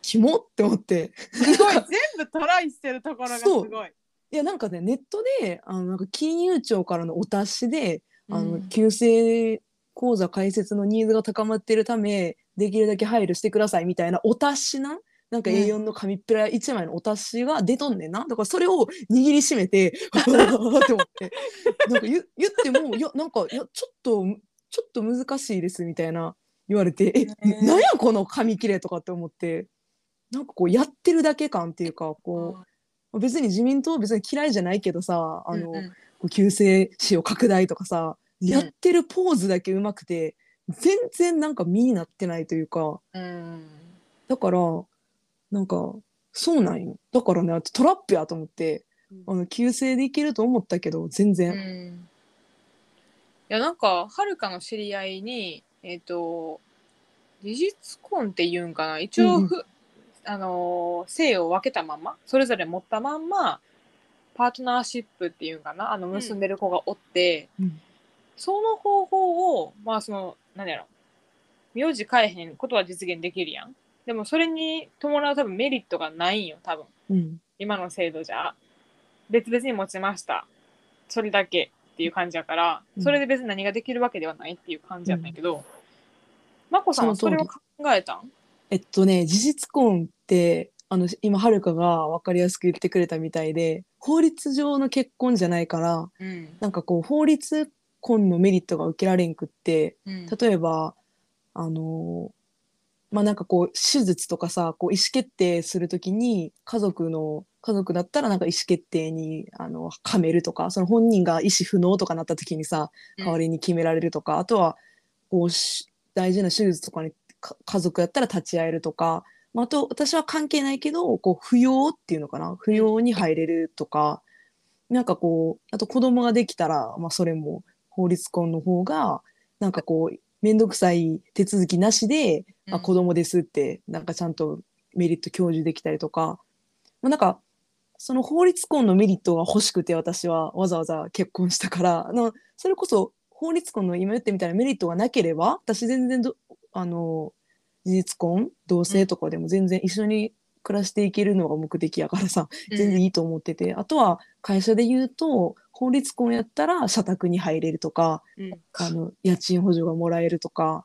S3: キモって思って。
S2: すごい全部トライしてるところがすごい。
S3: いやなんかねネットであのなんか金融庁からのお達しで、あ
S1: う
S3: の
S1: ん
S3: 旧姓口座開設のニーズが高まっているためできるだけ配慮してくださいみたいなお達しななんか
S1: うん
S3: A4 の紙っぺら1枚のお達しが出とんねんなだからそれを握りしめて 「わーって思ってなんか言言っても「いやなんかいやちょっとちょっと難しいです」みたいな言われて「え、
S1: ね
S3: なんやこの紙切れ」とかって思ってなんかこうやってるだけ感っていうかこう。別に自民党は別に嫌いじゃないけどさあの、
S1: うんうん
S3: こう旧姓使用拡大とかさ、
S1: ん
S3: やってるポーズだけうまくて全然なんか身になってないというか
S1: うん
S3: だからなんかそうなんよだからねトラップやと思ってあの旧姓でいけると思ったけど全
S1: う
S3: 然、
S1: んいやなんかはるかの知り合いにえっ、と事実婚っていうんかな一応ふ、あのー姓を分けたまんまそれぞれ持ったまんまパートナーシップっていうんかなあの結んでる子がおって、
S3: うん
S1: その方法をまあその何やろ名字変えへんことは実現できるやんでもそれに伴う多分メリットがないんよ多分
S3: うん
S1: 今の制度じゃ別々に持ちましたそれだけっていう感じやから、
S3: うん
S1: それで別に何ができるわけではないっていう感じやったんやけど、まこさんは
S3: そ
S1: そ
S3: の通
S1: れ
S3: り
S1: を考えたん
S3: えっとね事実婚ってあの今はるかが分かりやすく言ってくれたみたいで法律上の結婚じゃないから
S1: うん
S3: なんかこう法律婚のメリットが受けられんくって
S1: うん
S3: 例えばあのまあなんかこう手術とかさこう意思決定するときに家族の家族だったらなんか意思決定にあのはめるとかその本人が意思不能とかなったときにさ代わりに決められるとか、あとはこうし大事な手術とかにか家族やったら立ち会えるとか、まあ、あと私は関係ないけどこう扶養っていうのかな扶養に入れるとか、なんかこうあと子供ができたら、まあ、それも法律婚の方がなんかこう面倒くさい手続きなしで、あ子供ですってなんかちゃんとメリット享受できたりとか、まあ、なんかその法律婚のメリットが欲しくて私はわざわざ結婚したからあのそれこそ法律婚の今言ってみたいなメリットがなければ私全然どあの事実婚同性とかでも全然一緒に暮らしていけるのが目的やからさ
S1: うん
S3: 全然いいと思ってて、あとは会社で言うと法律婚やったら社宅に入れるとか、
S1: うん
S3: あの家賃補助がもらえるとか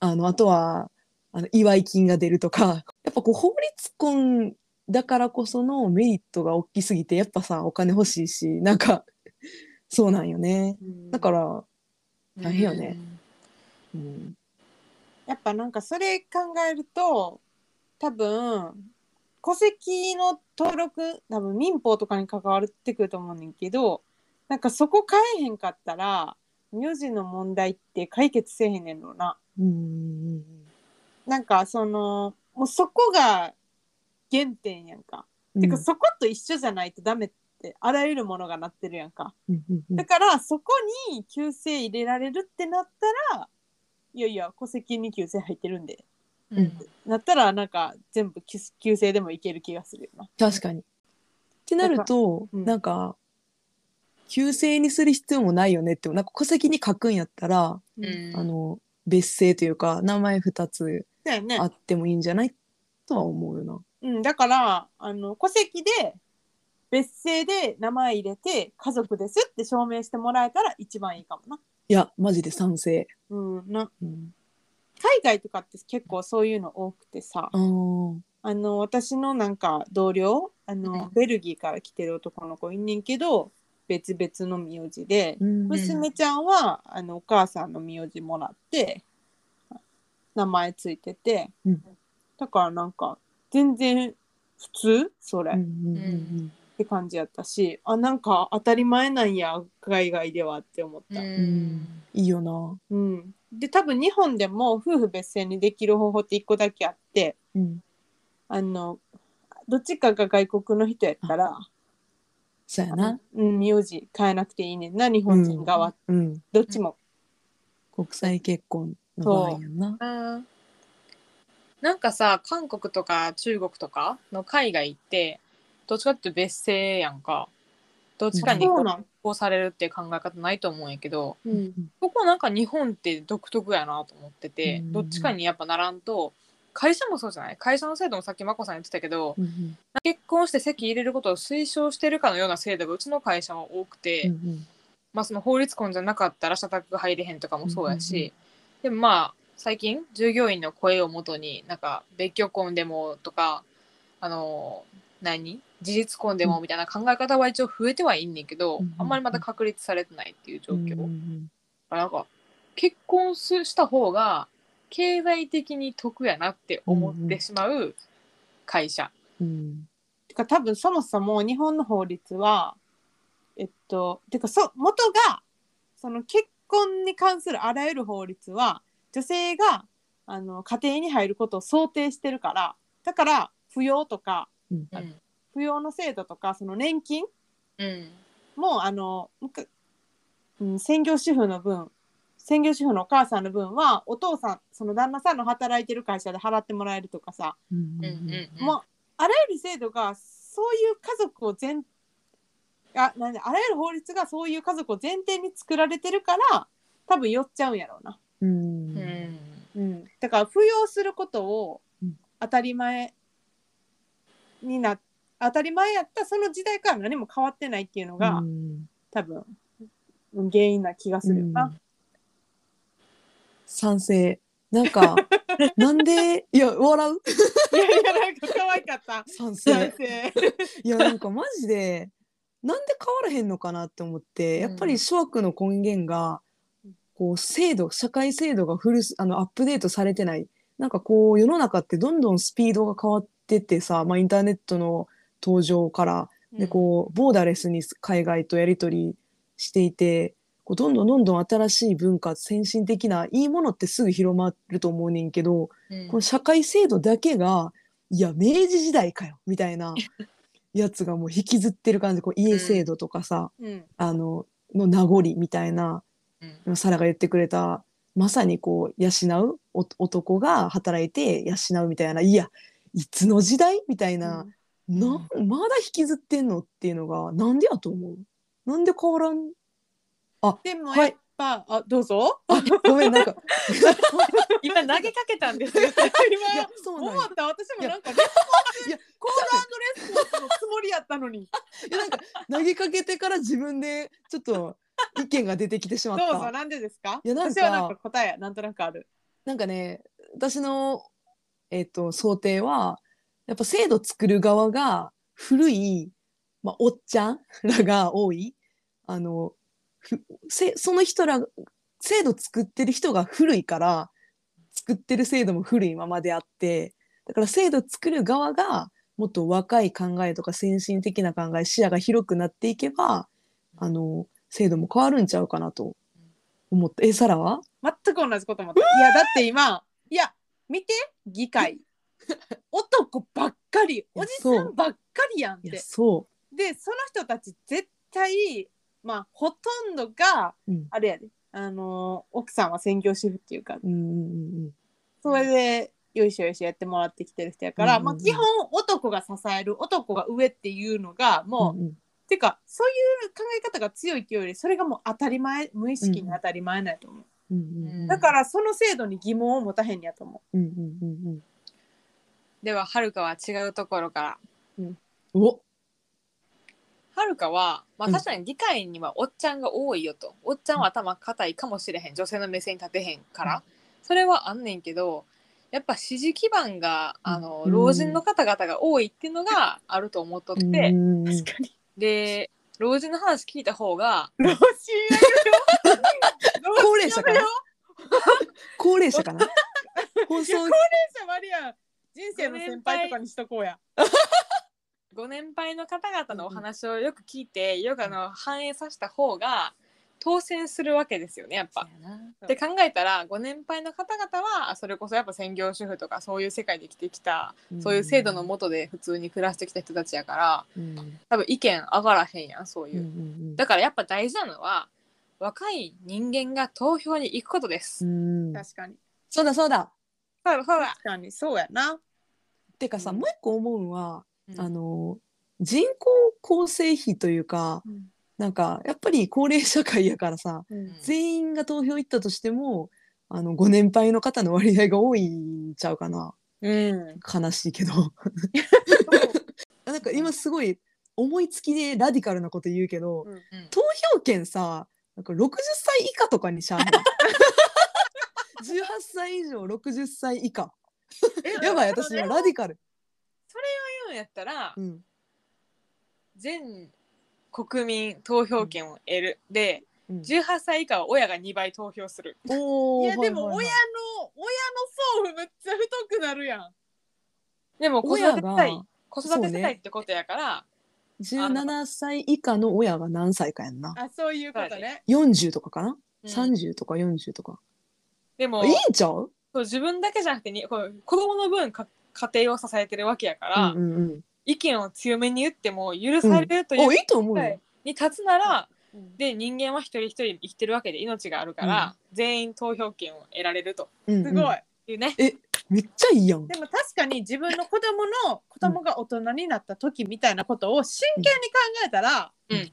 S3: あのあとはあの祝い金が出るとか やっぱこう法律婚だからこそのメリットが大きすぎてやっぱさお金欲しいしなんか そうなんよねだからら、大変よねうん、
S2: やっぱなんかそれ考えると多分戸籍の登録多分民法とかに関わってくると思うねんけどなんかそこ変えへんかったら名字の問題って解決せえへんねんのな。
S3: うん、
S2: なんかそのもうそこが原点やんか。てかそこと一緒じゃないとダメってあらゆるものがなってるやんか。
S3: うんうんうん
S2: だからそこに旧姓入れられるってなったらいやいや戸籍に旧姓入ってるんで
S1: うんうん
S2: なったらなんか全部旧旧姓でもいける気がするよな。
S3: 確かに。ってなると、
S2: うん
S3: なんか旧姓にする必要もないよねってなんか戸籍に書くんやったら、
S1: う
S2: うん
S1: ん
S3: あの別姓というか名前2つ
S2: だ よね
S3: あ。ってもいいんじゃないとは思うよな。
S2: うん、だからあの戸籍で別姓で名前入れて家族ですって証明してもらえたら一番いいかもな。
S3: いやマジで賛成、
S2: うん、な
S3: うん、
S2: 海外とかって結構そういうの多くてさ
S3: あー
S2: あの私のなんか同僚あの、
S3: うん
S2: ベルギーから来てる男の子いんねんけど別々の名字で、
S3: うん
S2: 娘ちゃんはあのお母さんの名字もらって名前ついてて、
S3: うん
S2: だからなんか全然普通それ、
S3: うんう
S2: っ
S3: んうん
S2: て感じやったしあなんか当たり前なんや海外ではって思っ
S1: う
S2: た、
S3: うんうん
S1: ん
S3: いいよな、
S2: うん、で多分日本でも夫婦別姓にできる方法って一個だけあって
S3: うん、
S2: あのどっちかが外国の人やったら、
S3: そうやな、
S2: うん、名字変えなくていいねんな日本人側、
S3: うん、
S2: どっちも、
S3: 国際結婚の場合やんな
S1: あーなんかさ韓国とか中国とかの海外行ってどっちかっていうと別姓やんかどっちかに
S2: そう
S1: こ
S2: なん、
S1: うされるっていう考え方ないと思うんやけど
S2: うん
S1: ここなんか日本って独特やなと思ってて
S3: うん
S1: どっちかにやっぱならんと会社もそうじゃない会社の制度もさっき眞子さん言ってたけど
S3: うんうん
S1: 結婚して籍入れることを推奨してるかのような制度がうちの会社は多くて、
S3: うん
S1: まあ、その法律婚じゃなかったら社宅が入れへんとかもそうや
S3: うんうん
S1: し、でもまあ最近従業員の声をもとになんか別居婚でもとかあの何事実婚でもみたいな考え方は一応増えてはいんねんけど、
S3: うんうんうん
S1: あんまりまだ確立されてないっていう状
S3: うん
S1: 況、
S3: うんうん
S1: なんか結婚すした方が経済的に得やなって思ってしまう会社。
S3: うん
S2: てか多分そもそも日本の法律はえっとてかそ元がその結婚に関するあらゆる法律は女性があの家庭に入ることを想定してるからだから扶養とか
S3: うん
S1: うん
S2: 扶養の制度とかその年金
S1: うん
S2: もあの、むかうん、専業主婦の分専業主婦のお母さんの分はお父さんその旦那さんの働いてる会社で払ってもらえるとかさ、
S3: うん
S1: うんう
S3: うん
S1: んうん
S2: もうあらゆる制度がそういう家族を全あなんであらゆる法律がそういう家族を前提に作られてるから多分寄っちゃうんやろうな、
S3: うん
S1: うん
S2: うん、だから扶養することを
S3: うん
S2: 当たり前にな当たり前やったその時代から何も変わってないっていうのが、
S3: うん
S2: 多分うん原因な気がするよ
S3: う
S2: な、
S3: ん賛成なんかなんでいや笑う
S2: いやいやなんか可愛かった
S3: 賛
S2: 先
S3: 成
S2: 生
S3: いやなんかマジでなんで変わらへんのかなって思ってやっぱり諸悪の根源がこう制度社会制度が古すあのアップデートされてないなんかこう世の中ってどんどんスピードが変わってってさ、まあ、インターネットの登場からでこうボーダーレスに海外とやり取りしていてこうどんどんどんどん新しい文化先進的ないいものってすぐ広まると思うねんけど
S1: うん
S3: この社会制度だけがいや明治時代かよみたい なやつがもう引きずってる感じこう家制度とかさ、
S2: うん
S3: あのの名残みたいな
S1: うん
S3: 今サラが言ってくれたまさにこう養うお男が働いて養うみたいないやいつの時代みたいな。なまだ引きずってんのっていうのがなんでやと思うなんで変わらん
S2: でも
S3: は
S2: や
S3: い
S2: っぱ、あどうぞ
S3: あ ごめん なんか
S1: 今投げかけたんです よ。
S3: いや
S2: 今
S3: そうなん
S2: 思
S3: や
S2: った私もなんか
S3: いや
S2: コールレスポンスのつもりやったの に
S3: いやなんか投げかけてから自分でちょっと意見が出てきてしま
S2: ど
S3: っ
S2: うぞ
S3: た
S2: なんでですか
S3: いやなんか
S2: 私はなんか答えなんとなくある
S3: なんかね私の、えっと想定はやっぱ制度作る側が古い、まあ、おっちゃんらが多いあのふせその人ら制度作ってる人が古いから作ってる制度も古いままであってだから制度作る側がもっと若い考えとか先進的な考え視野が広くなっていけばあの制度も変わるんちゃうかなと思ってえサラは
S2: 全く同じこと思ったいやだって今いや見て議会男ばっかりおじさ
S3: そうん
S2: ばっかりやんっ
S3: いや
S2: て
S3: そ
S2: でその人たち絶対まあほとんどが
S3: う。うん
S2: あれやであのー奥さんは専業主婦っていうか
S3: うんうんうん
S2: それで、よいしょよいしょやってもらってきてる人やから、
S3: うん
S2: まあ、基本男が支える男が上っていうのがもう、
S3: うんうん
S2: てかそういう考え方が強いっていうよりそれがもう当たり前無意識に当たり前ないと思う、
S3: うんうんうん
S2: だからその制度に疑問を持たへんやと思
S3: うんうんうん
S1: でははるかは違うところから
S3: うんお
S1: はるかは、ま
S3: う
S1: あ、
S3: ん
S1: 確かに議会にはおっちゃんが多いよと、おっちゃんは頭固いかもしれへん女性の目線に立てへんから、それはあんねんけどやっぱ支持基盤があの
S3: うん
S1: 老人の方々が多いっていうのがあると思っとって、
S3: うん
S2: 確か に。
S1: で老人の話聞いた方が
S2: ロシ
S3: 高齢者かな高齢者かな放送
S2: アマリア人生の先輩とかにしとこうや。
S1: ご年配の方々のお話をよく聞いて、よくあの反映させた方が当選するわけですよねやっぱ。って考えたらご年配の方々はそれこそやっぱ専業主婦とかそういう世界で生きてきた、そういう制度の下で普通に暮らしてきた人たちやから
S3: うん
S1: 多分意見上がらへんやんそう
S3: うん
S1: いうう、
S3: ん
S1: だからやっぱ大事なのは若い人間が投票に行くことです、
S3: うん
S2: 確かに。
S3: そうだそうだ
S1: そうだそうだ、
S2: 確かにそうやな。
S3: てかさ、
S1: うん
S3: もう一個思うのは、
S1: うん
S3: あの人口構成比というかなんかやっぱり高齢社会やからさ
S2: うん
S3: 全員が投票行ったとしてもあのご年配の方の割合が多いんちゃうかな
S2: うん。
S3: 悲しいけどなんか今すごい思いつきでラディカルなこと言うけど、
S2: うん
S1: うん
S3: 投票権さなんか60歳以下とかにしちゃうの18歳以上60歳以下やばい私今ラディカル、
S1: そうやったら
S3: うん、
S1: 全国民投票権を得る、で
S3: うん
S1: 18歳以下は親が2倍投票する
S3: お
S2: い
S3: ー
S2: やでも
S3: はい
S2: 親
S3: はいはい
S2: の親の層めっちゃ太くなるやん。
S1: でも子育
S3: 親
S1: て世
S3: が
S1: 帯子育て世帯ってことやから、
S3: 17歳以下の親が何歳かやんな
S2: あそういうことね。
S3: 40とかかな、
S1: うん
S3: 30とか40とか
S1: でも
S3: いいんちゃう、
S1: そう自分だけじゃなくてにこう子供の分か家庭を支えてるわけやか
S3: う
S1: ら、
S3: んうんうん、
S1: 意見を強めに言っても許されるという
S3: おい
S1: 機
S3: いと思うよ、
S1: 会に立つなら、
S2: うん
S1: で人間は一人一人生きてるわけで命があるから、全員投票権を得られると
S3: うんうん
S2: すごい。
S1: いうね。
S3: めっちゃいいやん
S2: でも確かに自分の子供の子供が大人になった時みたいなことを真剣に考えたら、
S1: うん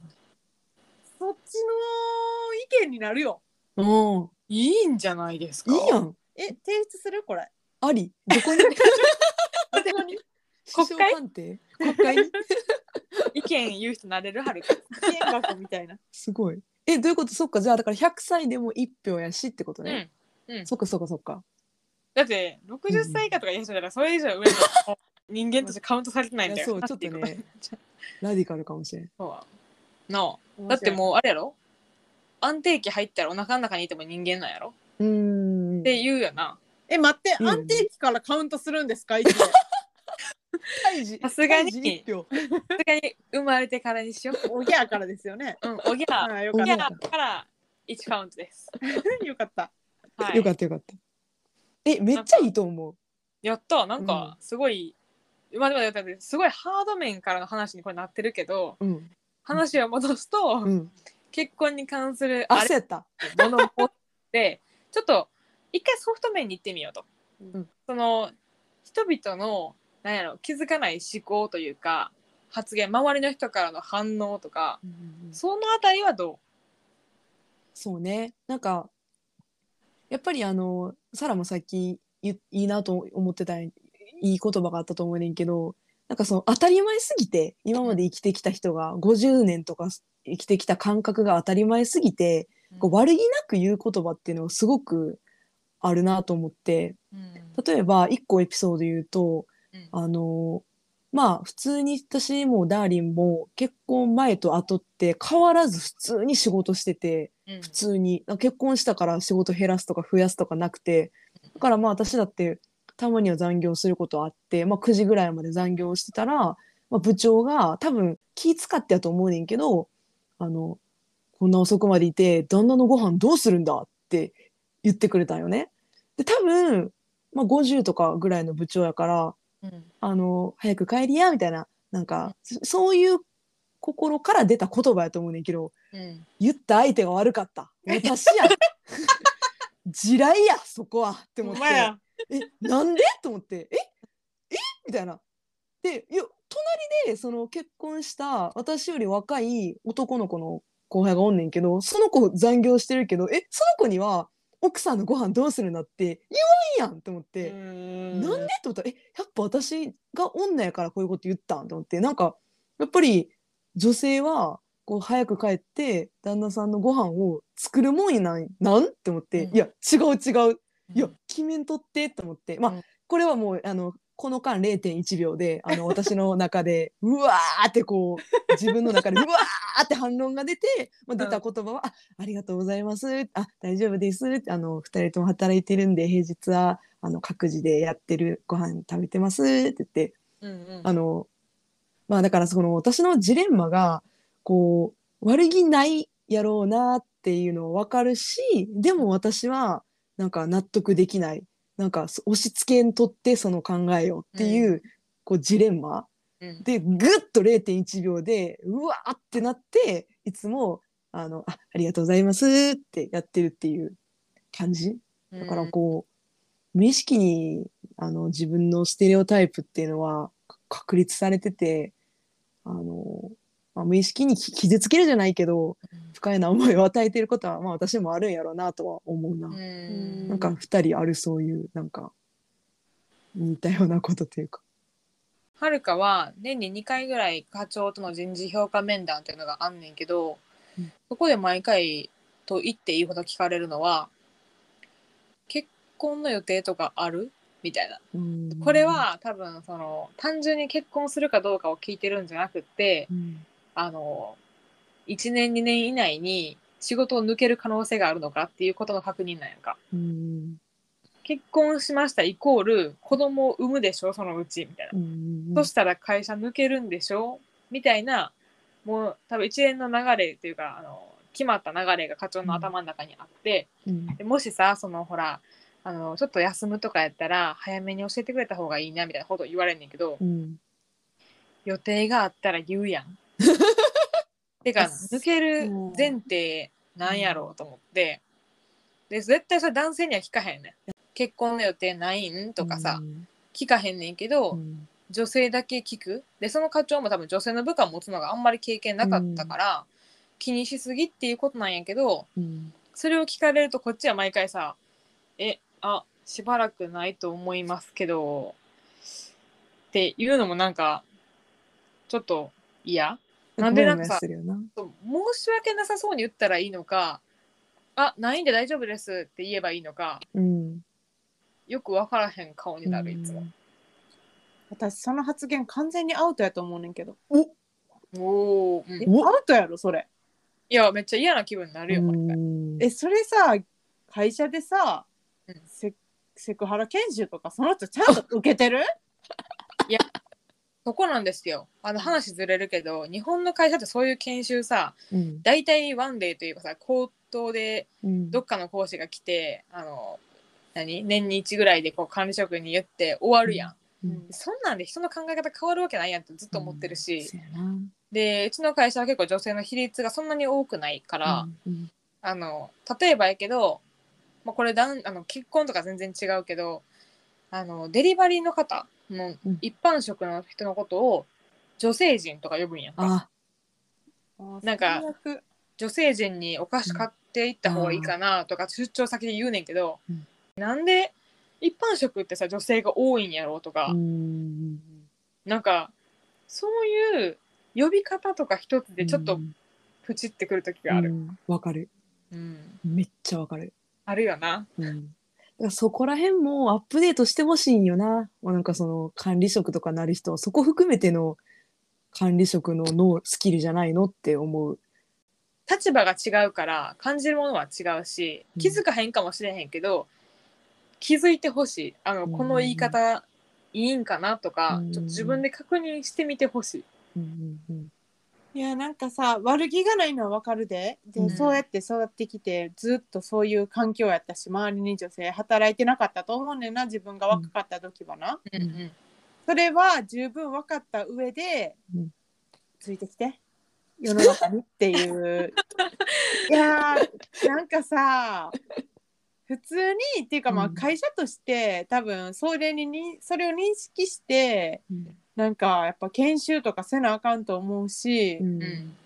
S2: そっちの意見になるよ。
S3: うん
S1: いいんじゃないですか
S3: いいやん
S2: え提出するこれ。
S3: ありどこに
S1: 国会
S3: 首相官邸国 会に
S1: 意見言う人なれるはるか。
S2: 支援学みたいな。
S3: すごいえどういうことそっかじゃあだから100歳でも1票やしってことね、
S1: うんうん
S3: そっかそっかそっか
S1: だって60歳以下とか言う人だからそれ以上上の人間としてカウントされてないん
S3: い
S1: だ
S3: や
S1: よ。
S3: そうちょっとね ラディカルかもしれん
S1: そうなあだってもうあれやろ安定期入ったらお腹の中にいても人間なんやろ
S3: うーん
S1: って言うよな。
S2: え待って、
S3: うん
S2: 安定期からカウントするんですか一応
S3: 胎児
S1: さすがに
S3: 胎児一票
S1: さすがに生まれてからにしよ
S2: おぎゃーからですよね。
S1: う。うん、おぎゃ
S2: ああよ
S1: お
S2: かっ
S1: ぎ
S2: た
S1: ゃから1カウントです。
S2: よかった。
S1: はい、
S3: よかったよかったえめっちゃいいと思う
S1: やったなんかすごい、まあでもだってすごいハード面からの話にこれなってるけど
S3: うん
S1: 話を戻すと、
S3: うん
S1: 結婚に関するあれ
S3: 焦った
S1: ものを持ってちょっと一回ソフト面に行ってみようと。
S3: ん
S1: その人々のなんやろ気づかない思考というか発言周りの人からの反応とかそのあたりはど
S3: そうねなんかやっぱりあのサラもさっき言いいなと思ってたいい言葉があったと思うねんけどなんかその当たり前すぎて今まで生きてきた人が50年とか生きてきた感覚が当たり前すぎて
S1: う
S3: こう悪気なく言う言葉っていうのがすごくあるなと思って
S1: うん
S3: 例えば1個エピソード言うと
S1: うん
S3: あのまあ普通に私もダーリンも結婚前と後って変わらず普通に仕事してて。
S1: うん
S3: 普通にあ結婚したから仕事減らすとか増やすとかなくてだからまあ私だってたまには残業することあって、まあ、9時ぐらいまで残業してたら、まあ、部長が多分気使ってやと思うねんけどあのこんな遅くまでいて旦那のご飯どうするんだって言ってくれたんよね。で多分、まあ、50とかぐらいの部長やから
S1: うん
S3: あの早く帰りやみたいななんかそそういう心から出た言葉やと思うねんけど
S1: うん
S3: 言った相手が悪かった私や地雷やそこはって思
S2: お
S3: って
S2: 前や。
S3: えなんでと思ってええみたいなでいや隣でその結婚した私より若い男の子の後輩がおんねんけどその子残業してるけどえその子には奥さんのご飯どうするんだって言わんやんって思って、
S2: な
S3: なんでって思ったら、え、やっぱ私が女やからこういうこと言ったんと思って、なんか、やっぱり、女性はこう早く帰って旦那さんのご飯を作るもんやないなんって思って、
S1: うん
S3: いや違う違ういや
S1: うん
S3: 決めんとってと思ってまあ、
S1: うん
S3: これはもうあのこの間0.1秒であの私の 中でうわーってこう自分の中でうわーって反論が出て、まあ、出た言葉は「あありがとうございます」あ大丈夫です」あの2人とも働いてるんで平日はあの各自でやってるご飯食べてます」って言って
S1: うんうん
S3: あの、まあだからその私のジレンマが、こう、悪気ないやろうなっていうのをわかるし、でも私はなんか納得できない。なんかそ押し付けんとってその考えをっていう、
S1: う
S3: こうジレンマ。
S1: うん
S3: で、ぐっと0.1秒で、うわーってなって、いつも、あの、あありがとうございますってやってるっていう感じ。だからこう、無意識にあの自分のステレオタイプっていうのはか確立されててあの、まあ、無意識にき傷つけるじゃないけど
S1: うん
S3: 不快な思いを与えてることは、まあ、私もあるんやろうなとは思うな、
S1: うん
S3: なんか二人あるそういうなんか似たようなことというか
S1: はるかは年に2回ぐらい課長との人事評価面談っていうのがあんねんけど、
S3: うん
S1: そこで毎回と言っていいほど聞かれるのは「結婚の予定とかある?」みたいな。これ、は多分その単純に結婚するかどうかを聞いてるんじゃなくって
S3: うん
S1: あの1年2年以内に仕事を抜ける可能性があるのかっていうことの確認なんやんか。
S3: うん
S1: 結婚しましたイコール子供を産むでしょそのうちみたいな
S3: う。ん
S1: そしたら会社抜けるんでしょみたいな、もう多分一連の流れというか、あの決まった流れが課長の頭の中にあって、
S3: うん
S1: でもしさ、そのほら、あのちょっと休むとかやったら早めに教えてくれた方がいいなみたいなことを言われんねんけど、
S3: うん
S1: 予定があったら言う やん。てか抜ける前提なんやろうと思ってで絶対それ男性には聞かへんねん結婚の予定ないんとかさ、
S3: うん
S1: 聞かへんねんけど、
S3: うん
S1: 女性だけ聞くでその課長も多分女性の部下を持つのがあんまり経験なかったから、気にしすぎっていうことなんやけど
S3: うん
S1: それを聞かれるとこっちは毎回さ「えあしばらくないと思いますけど」っていうのもなんかちょっと嫌なんでなんかさ
S3: モヤモヤするよな
S1: そう申し訳なさそうに言ったらいいのか「あないんで大丈夫です」って言えばいいのか
S3: うん
S1: よく分からへん顔になるいつも。
S2: 私その発言完全にアウトやと思うねんけど
S1: おお、
S2: え
S1: い
S3: お
S2: アウトやろそれ
S1: やめっちゃ嫌な気分になるよ、毎回
S3: うん
S2: えそれさ会社でさ、
S1: うん
S2: セセクハラ研修とかその人ちゃんと受けて る
S1: そこなんですよ。あの話ずれるけど、日本の会社ってそういう研修さ、
S3: うん
S1: 大体ワンデーというかさ、口頭で
S3: うん
S1: どっかの講師が来て、あの、何年に一ぐらいでこう管理職に言って終わるやん。
S3: うん
S1: そんなんで人の考え方変わるわけないやんってずっと思ってる
S3: うん
S1: し、
S3: そうやな
S1: で、うちの会社は結構女性の比率がそんなに多くないから、
S3: うん
S1: あの、例えばやけど、まあ、これだんあの結婚とか全然違うけど、あの、デリバリーの方の
S3: うん
S1: 一般職の人のことを女性人とか呼ぶんやんか。
S3: あ
S1: なんか
S2: 最悪
S1: 女性陣にお菓子買っていった方がいいかなとか出張先で言うねんけど、
S3: うん
S1: なんで一般職ってさ女性が多いんやろうとか、
S3: うん
S1: なんかそういう呼び方とか一つでちょっ
S3: う
S1: と
S3: ん
S1: プチってくる時がある、
S3: うんわかる
S1: うん
S3: めっちゃわかる、
S1: あるよな
S3: うん、だからそこら辺もアップデートしてほしいんよな、まあ、なんかその管理職とかなる人はそこ含めての管理職の能スキルじゃないのって思う
S1: 立場が違うから感じるものは違うし
S3: うん
S1: 気づかへんかもしれへんけど、気づいてほしいあの、
S3: うん
S1: この言い方いいんかなとか、
S3: うん
S1: ちょっと自分で確認してみてほしい。
S3: うんうんうん
S2: いやなんかさ悪気がないのはわかるでで、
S3: うん
S2: そうやって育ってきてずっとそういう環境やったし周りに女性働いてなかったと思うねんな自分が若かった時はな、
S1: うんうん
S2: それは十分分かった上で、
S3: うん
S2: ついてきて世の中にっていう いやーなんかさ普通にっていうかまあ
S3: うん
S2: 会社として、多分それににそれを認識して
S3: うん
S2: なんかやっぱ研修とかせなあかんと思うし、
S3: うん
S1: うん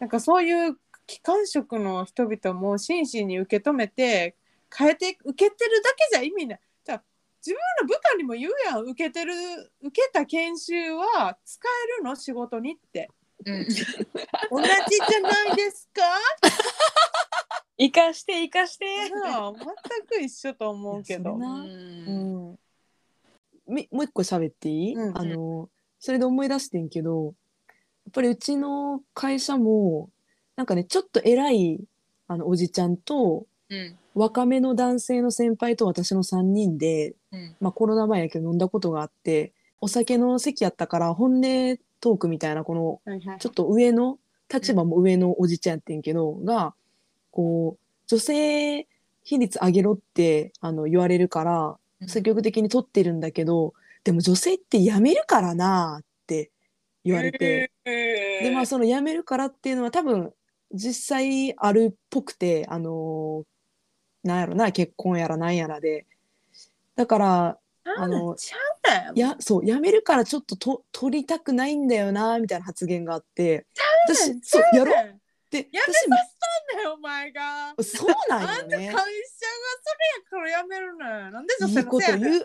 S2: なんかそういう機関職の人々も真摯に受け止めて変えて受けてるだけじゃ意味ない。じゃあ自分の部下にも言うやん受けてる受けた研修は使えるの仕事にって
S1: うん
S2: 同じじゃないですか
S1: 生かして生かして。
S2: なあ全く一緒と思うけ
S3: い
S2: ど
S3: やそれ。な
S2: うん
S3: みもう一個喋っていい、
S2: うん
S3: あのそれで思い出してんけどやっぱりうちの会社もなんかねちょっと偉いあのおじちゃんと
S1: うん
S3: 若めの男性の先輩と私の3人で、
S1: うん
S3: まあ、コロナ前やけど飲んだことがあってお酒の席やったから本音トークみたいなこの
S2: はいはい
S3: ちょっと上の立場も上のおじちゃんやってんけど、がこう女性比率上げろってあの言われるから
S1: うん
S3: 積極的に取ってるんだけど、でも女性って辞めるからなって言われて、でまあその辞めるからっていうのは多分実際あるっぽくてあのなんやろな結婚やらなんやらでだからあの
S2: ちゃうなよ
S3: いやそう辞めるからちょっとと取りたくないんだよなみたいな発言があって
S2: ちゃ
S3: 私そうやろ
S2: やめ
S3: で
S2: やめ
S3: 私も
S2: んなよお前が。
S3: そうな
S2: あんた
S3: んよ
S2: 会社
S3: ね
S2: が。それやからやめるのよ。なんで女
S3: い
S2: 性
S3: い
S2: の
S3: こ
S2: せ
S3: と
S2: い
S3: 言
S2: や
S3: う。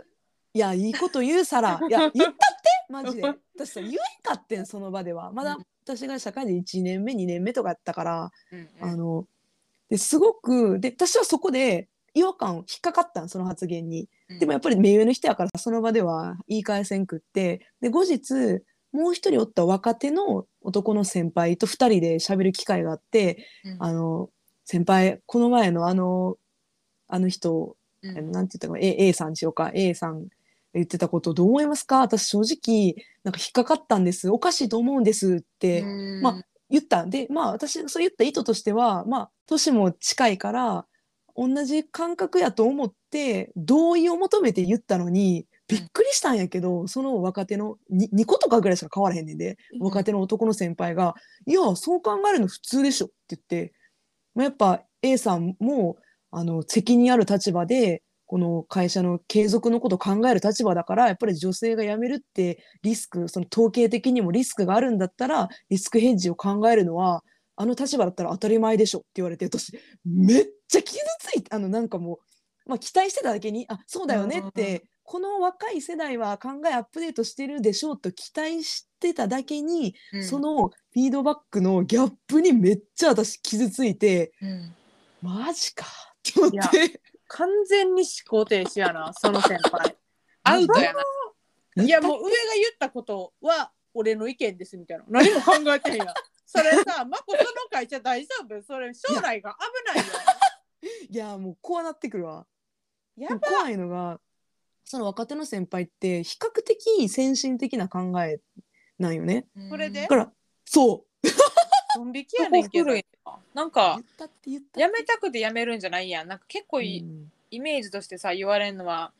S3: いや、いいこと言う、サ ラ。いや、言ったって、マジで。私さ、言えんかってん、その場では。まだ
S1: う、
S3: 私が社会人1年目、2年目とかやったから、
S1: うん
S3: あの、ですごく、で、私はそこで違和感、引っかかったん、その発言に。でもやっぱり目上の人やからその場では言い返せんくってで後日もう一人おった若手の男の先輩と二人で喋る機会があって、
S1: うん
S3: あの先輩この前のあのあの人、
S1: うん
S3: あのなんて言ったかな A, A さんにしようか A さん言ってたことどう思いますか私正直なんか引っかかったんですおかしいと思うんですって、
S1: うん
S3: まあ言ったんでまあ私そう言った意図としてはまあ年も近いから同じ感覚やと思って同意を求めて言ったのにびっくりしたんやけどその若手の 2, 2個とかぐらいしか変わらへんねんで
S1: うん
S3: 若手の男の先輩が「いやそう考えるの普通でしょ」って言って、まあ、やっぱ A さんもあの責任ある立場でこの会社の継続のことを考える立場だからやっぱり女性が辞めるってリスクその統計的にもリスクがあるんだったらリスクヘッジを考えるのはあの立場だったら当たり前でしょって言われて私めっちゃ傷ついてあのなんかもう、まあ、期待してただけにあそうだよねっ
S1: うんうんう
S3: てこの若い世代は考えアップデートしてるでしょうと期待してただけに、
S1: うん
S3: そのフィードバックのギャップにめっちゃ私傷ついて
S1: うん
S3: マジかって思
S2: いや
S3: って
S2: 完全に思考停止やな、その先 輩。
S1: アウトやな。
S2: いやもう上が言ったことは俺の意見ですみたいな。何も考えてへんやん。それさ、まこその会社大丈夫それ将来が危ないよ。
S3: いやもうこうなってくるわ。
S2: や
S3: でも怖いのがその若手の先輩って比較的先進的な考えなんよね。
S1: うん
S2: それで
S3: だからそう
S2: ドン引きやねんけ
S1: そ
S2: ど
S1: こ古い。なんか
S3: 言ったって言った
S1: やめたくてやめるんじゃないやん。なんか結構い
S3: うん
S1: イメージとしてさ言われるのは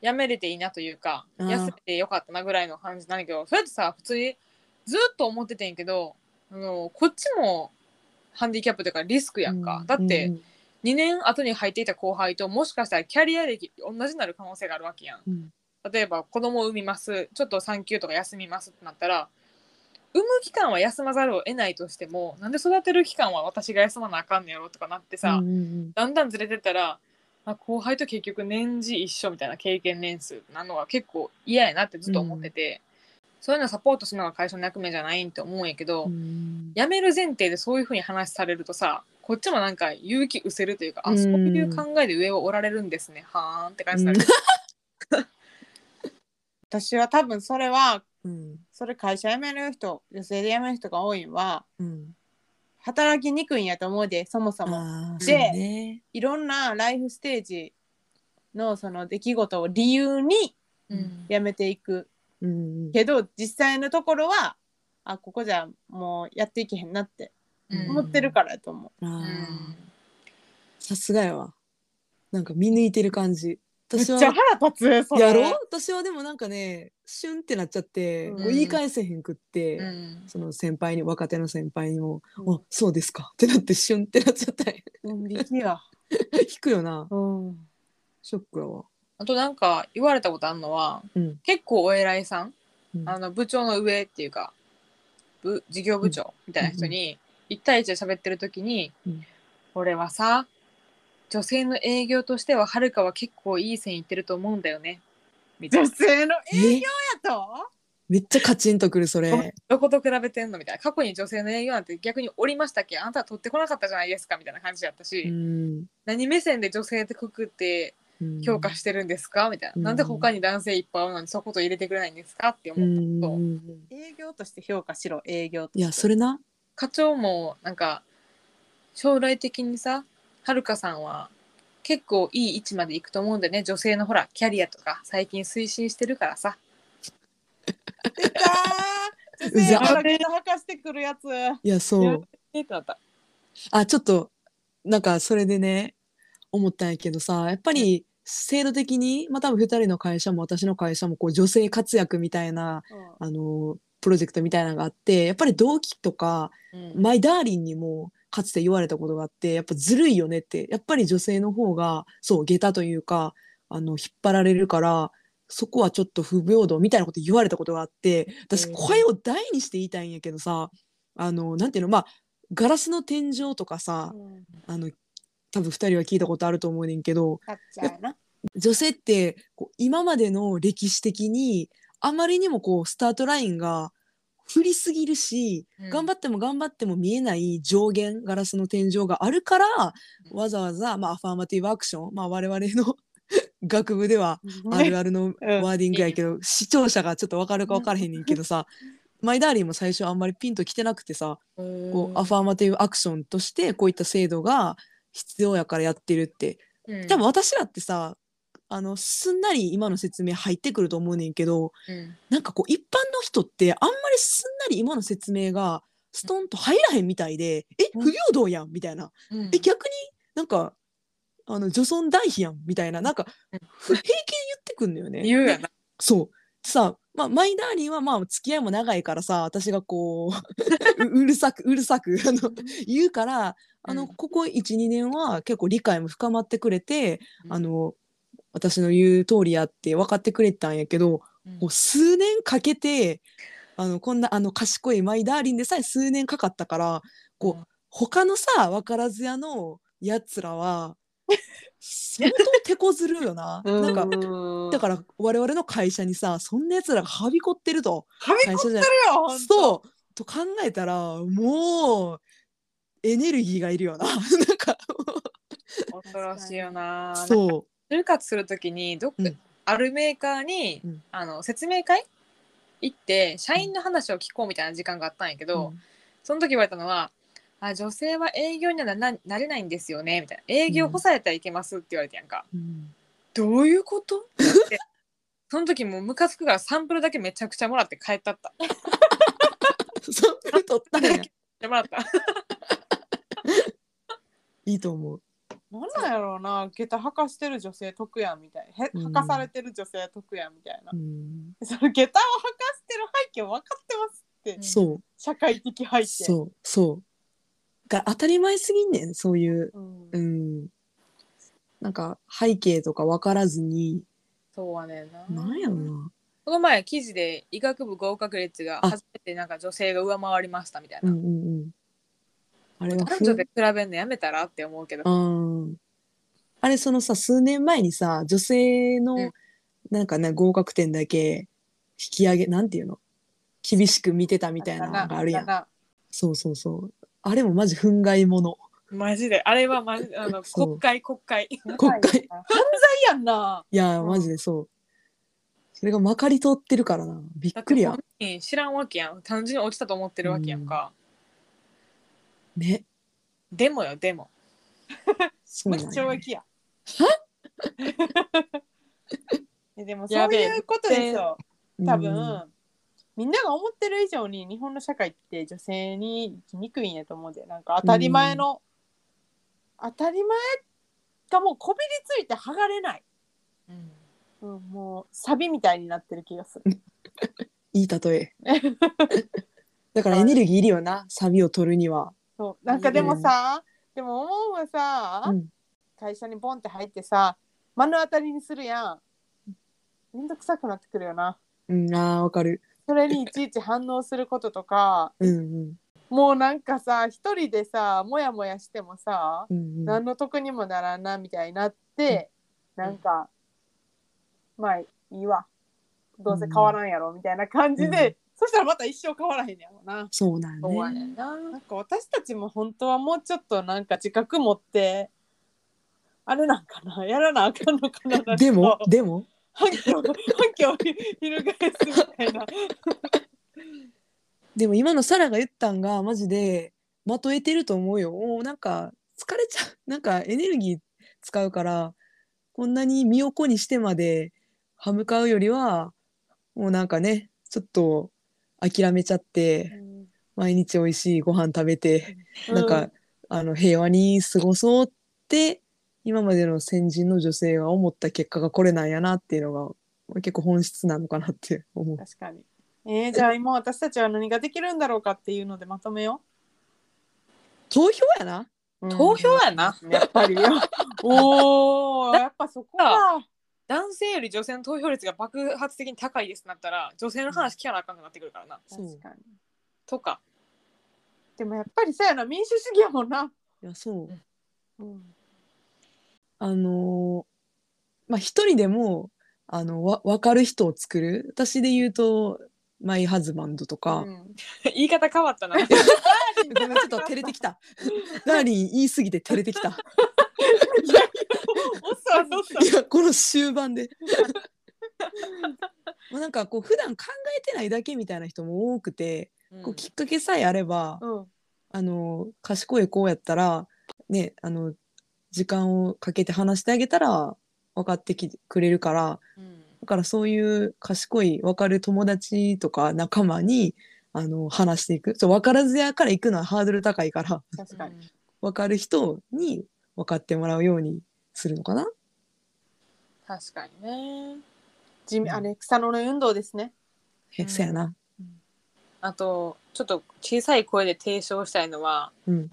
S1: やめれていいなというか
S3: うん
S1: 休めてよかったなぐらいの感じなんだけどそれってさ普通にずっと思っててんけどあのこっちもハンディキャップというかリスクやんか、
S3: うん
S1: だって、
S3: うん
S1: 2年後に入っていた後輩ともしかしたらキャリア歴同じになる可能性があるわけやん
S3: うん
S1: 例えば子供を産みますちょっと産休とか休みますってなったら産む期間は休まざるを得ないとしてもなんで育てる期間は私が休まなあかんのやろとかなってさ、
S3: うんうん
S1: だんだんずれてったら、まあ、後輩と結局年次一緒みたいな経験年数なのが結構嫌やなってずっと思ってて、そういうのサポートするのが会社の役目じゃないんって思うんやけど、
S3: うん
S1: 辞める前提でそういうふうに話されるとさこっちもなんか勇気失せるというか、
S3: うん
S1: あそういう考えで上をおられるんですねはーんって感じになる、
S2: 私は多分それは、
S3: うん
S2: それ会社辞める人、女性で辞める人が多いんは、
S3: うん
S2: 働きにくいんやと思うで、そもそも。
S3: あ
S2: で
S3: ーそうね
S2: いろんなライフステージのその出来事を理由に
S1: うん
S2: 辞めていく
S3: うんうん
S2: けど実際のところはあここじゃもうやっていけへんなって
S1: うん
S2: 思ってるからやと思う、
S1: う
S3: あ
S1: ん
S3: ーさすがやわなんか見抜いてる感じ
S2: めっ
S3: 私
S2: ち
S3: は
S2: ゃ腹立つそれ
S3: やろ私はでもなんかねシュンってなっちゃって、
S2: うん
S3: こう言い返せへんくって、
S1: うん
S3: その先輩に若手の先輩にも「
S2: うん
S3: あそうですか」ってなってシュンってなっちゃったん や
S2: うんびっくりや
S3: 引くよな
S2: うん
S3: ショックやわ
S1: あとなんか言われたことあるのは、
S3: うん
S1: 結構お偉いさん、
S3: うん
S1: あの部長の上っていうか部事業部長みたいな人に一対一で喋ってる時に「
S3: うん
S1: 俺はさ女性の営業としてははるかは結構いい線いってると思うんだよね」みたい
S2: 女
S1: な。
S2: 性のえ
S3: え
S2: やと
S3: めっちゃカチンとくるそれ。
S1: どこと比べてんのみたいな過去に女性の営業なんて逆におりましたっけあなたは取ってこなかったじゃないですかみたいな感じだったし、
S3: うん
S1: 何目線で女性ってくくって
S3: うん
S1: 評価してるんですかみたいな、
S3: うん
S1: なんで他に男性いっぱいあるのにそういうこと入れてくれないんですかって
S3: う
S1: 思った
S3: ん
S1: のと、
S2: 営業として評価しろ営業と
S3: いやそれな。
S1: 課長もなんか将来的にさはるかさんは結構いい位置まで行くと思うんでね女性のほらキャリアとか最近推進してるからさ
S2: 出たー
S3: う
S2: 女性
S3: ざ
S2: からゲタ吐かしてくるやつ
S3: いや
S1: や
S3: そう。
S1: えってなった
S3: あちょっとなんかそれでね思ったんやけどさやっぱり制度的にまあ多分2人の会社も私の会社もこう女性活躍みたいなあのプロジェクトみたいなのがあってやっぱり同期とか
S1: うん
S3: マイダーリンにもかつて言われたことがあってやっぱずるいよねってやっぱり女性の方がそう下駄というかあの引っ張られるからそこはちょっと不平等みたいなこと言われたことがあって私
S1: うん
S3: 声を大にして言いたいんやけどさあのなんていうのまあガラスの天井とかさ
S2: うん
S3: あの多分2人は聞いたことあると思うねんけど
S2: 買っちゃうな
S3: 女性ってこう今までの歴史的にあまりにもこうスタートラインが振りすぎるし頑張っても頑張っても見えない上限ガラスの天井があるから
S1: うん
S3: わざわざ、まあ、アファーマティブアクション、まあ、我々の 学部ではあるある
S2: う
S3: の
S2: ん
S3: ワーディングやけど、視聴者がちょっと分かるか分からへんねんけどさ、マイダーリンも最初あんまりピンときてなくてさこうアファーマティブアクションとしてこういった制度が必要やからやってるって
S1: うん
S3: 多分私らってさあのすんなり今の説明入ってくると思うねんけど、
S1: うん
S3: なんかこう一般の人ってあんまりすんなり今の説明がストンと入らへんみたいで、え
S1: うん
S3: 不平等やんみたいな、
S1: うん
S3: え逆になんかあの女尊大費やんみたいななんか
S1: うん
S3: ふ平気で言ってくんのよね。
S1: 言うや
S3: で
S1: な
S3: そうさまあ、マイダーリンはまあ付き合いも長いからさ私が こうううるさくうるさくあの言うからあの、
S1: うん
S3: ここ12年は結構理解も深まってくれて、
S1: うん
S3: あの私の言う通りやって分かってくれたんやけど、もう数年かけてあのこんなあの賢いマイダーリンでさえ数年かかったからこう、
S1: うん
S3: 他のさ分からず屋のやつらは相当手こずる よな。なんかだからら我々の会社にさそんなやつらがはびこってると
S2: はび
S3: 会社じゃ
S2: こるよう
S3: そうと考えたらもうエネルギーがいるよな なんか
S1: 恐ろしいよななんか
S3: そ
S1: 就活するときにどっか、
S3: うん
S1: あるメーカーに、
S3: うん
S1: あの説明会行って社員の話を聞こうみたいな時間があったんやけ
S3: う、
S1: ど、その時言われたのはあ女性は営業にはなななれないんですよねみたいな営業干されたらいけますって言われてやんか、
S3: うん
S1: どういうことってなってその時もうムカつくからサンプルだけめちゃくちゃもらって帰ったっため
S3: そう取ったら
S1: ちゃくちゃもらった
S3: いいと思う。
S2: なんなんやろうな下駄吐かしてる女性得やんみたいへ
S3: うん
S2: 吐かされてる女性得やんみたいな
S3: うん、
S2: その下駄を吐かしてる背景分かってますって
S1: うん
S3: そう
S2: 社会的背景
S3: そうそうが当たり前すぎんねんそういう、
S2: うん
S3: うん、なんか背景とか分からずに
S1: そうはねんな
S3: なんやろな、
S1: この前記事で医学部合格率が初めてなんか女性が上回りましたみたい
S3: うん
S1: な、
S3: うんうん、あれは
S1: 男女で比べるのやめたらって思うけど、
S3: うんあれそのさ数年前にさ女性の、
S1: うん
S3: なんかね合格点だけ引き上げなんていうの厳しく見てたみたいなのがあるやん
S2: だな
S3: そうそうそうあれもマジ憤慨もの
S1: マジであれはマジあの
S3: そう
S1: 国会国会
S3: 国会
S2: 犯罪やんな。
S3: いやー
S2: うん
S3: マジでそうそれがまかり通ってるからなびっ
S1: だっ
S3: くり
S1: て
S3: や
S1: 本人知らんわけやん単純に落ちたと思ってるわけやんか、
S3: ね
S1: でもよでも
S3: そう
S2: 無
S3: なん
S2: 期
S3: や
S2: 懲役や。 えでもそ
S1: や
S2: う
S1: べえ
S2: いうことですよ。多分、
S3: うん
S2: みんなが思ってる以上に日本の社会って女性に生きにくいんやと思うんで、なんか当たり前の、当たり前がもうこびりついて剥がれない。
S1: うん
S2: うん、もうサビみたいになってる気がする。
S3: いい例えだからエネルギーいるよなサビを取るには、
S2: そうなんかでもさ、でも思うはさ、
S3: うん
S2: 会社にボンって入ってさ目の当たりにするやんめんどくさくなってくるよな
S3: うん、あーわかる
S2: それにいちいち反応することとか
S3: うんうん
S2: もうなんかさ一人でさモヤモヤしてもさ、
S3: うんうん
S2: 何の得にもならんなみたいになって、
S1: うん
S2: なんかまあいいわどうせ変わらんやろみたいな感じで、
S3: うん
S2: そしたらまた一生変わらへんやろな。
S3: そうなん
S1: そうや
S3: ね。
S1: ねんな。
S2: なんか私たちも本当はもうちょっとなんか自覚持ってあれなんかなやらなあかんのかな
S3: でもでも
S2: 反響反響を翻すみたいな。
S3: でも今のサラが言ったんがマジでまとえてると思うよ。もうなんか疲れちゃう なんかエネルギー使うからこんなに身を粉にしてまで歯向かうよりはもうなんかねちょっと諦めちゃって毎日美味しいご飯食べて、なん
S2: う
S3: かあの平和に過ごそうって今までの先人の女性が思った結果がこれなんやなっていうのが結構本質なのかなって思う。
S2: 確かに。えー、じゃあ今私たちは何ができるんだろうかっていうのでまとめよ
S3: 投票やな
S2: う。
S1: 投票やな。
S2: やっぱりよ。おお、やっぱそこは。
S1: 男性より女性の投票率が爆発的に高いですなったら女性の話聞かなあかんくなってくるからな。
S3: そう
S2: 確かに。
S1: とか。
S2: でもやっぱりさやな民主主義やもんな。
S3: いやそ
S2: う
S3: う
S2: ん。
S3: あのーまあ一人でもあのわ分かる人を作る私で言うとマイハズバンドとか、
S2: うん
S1: 言い方変わったな。
S3: ごめんちょっと照れてきたダーリン言い過ぎて照れて きた
S2: おっさんおっさん
S3: いやこの終盤で もうなんかこう普段考えてないだけみたいな人も多くて、こうきっかけさえあれば、
S2: うん。
S3: あの賢い子やったらねあの時間をかけて話してあげたら分かってきてくれるから
S1: うん
S3: だからそういう賢い分かる友達とか仲間にあの話していくそう分からずやから行くのはハードル高いから
S2: 確かに。
S3: 分かる人に分かってもらうようにするのかな
S1: 確かにね。
S2: 地味あれ草の根運動ですね。
S3: え、
S1: うん
S3: そやな、
S1: あとちょっと小さい声で提唱したいのは
S3: うん、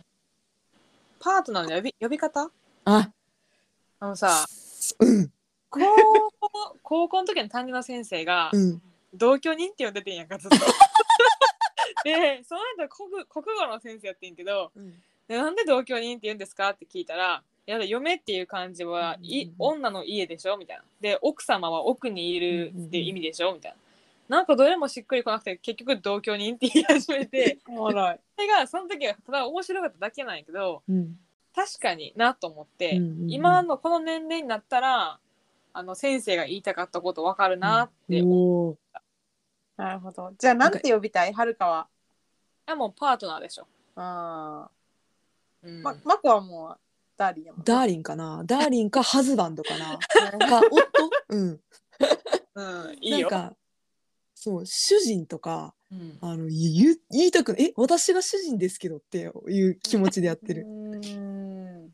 S1: パートナーの呼び呼び方
S3: あ
S1: あのさ
S3: うん
S1: 高校高校の時の担任の先生が
S3: うん
S1: 同居人って呼んでてんやんか ずっと。でその後国国語の先生やってんけどでなんで同居人って言うんですかって聞いたら「いやだ嫁っていう漢字は、い
S3: うんうん
S1: 女の家でしょ」みたいな「で奥様は奥にいるって意味でしょ」みたいな。なんかどれもしっくりこなくて結局同居人って言い始め て
S2: おもろい。
S1: それがその時はただ面白かっただけなんやけど
S3: うん
S1: 確かになと思って、
S3: うんうんうん
S1: 今のこの年齢になったらあの先生が言いたかったこと分かるなって、
S3: おー
S2: なるほど。じゃあなんて呼びたいはるかは。
S1: あもうパートナーでしょ。
S2: あ
S1: うん
S2: あ。ままこはもうダーリンやもんね。
S3: ダーリンかなダーリンかハズバンドか なか夫うん
S1: うん、いいよ。
S3: なんかそう主人とか
S1: うん
S3: あの言う言いたくないえ私が主人ですけどっていう気持ちでやって る。
S2: うーん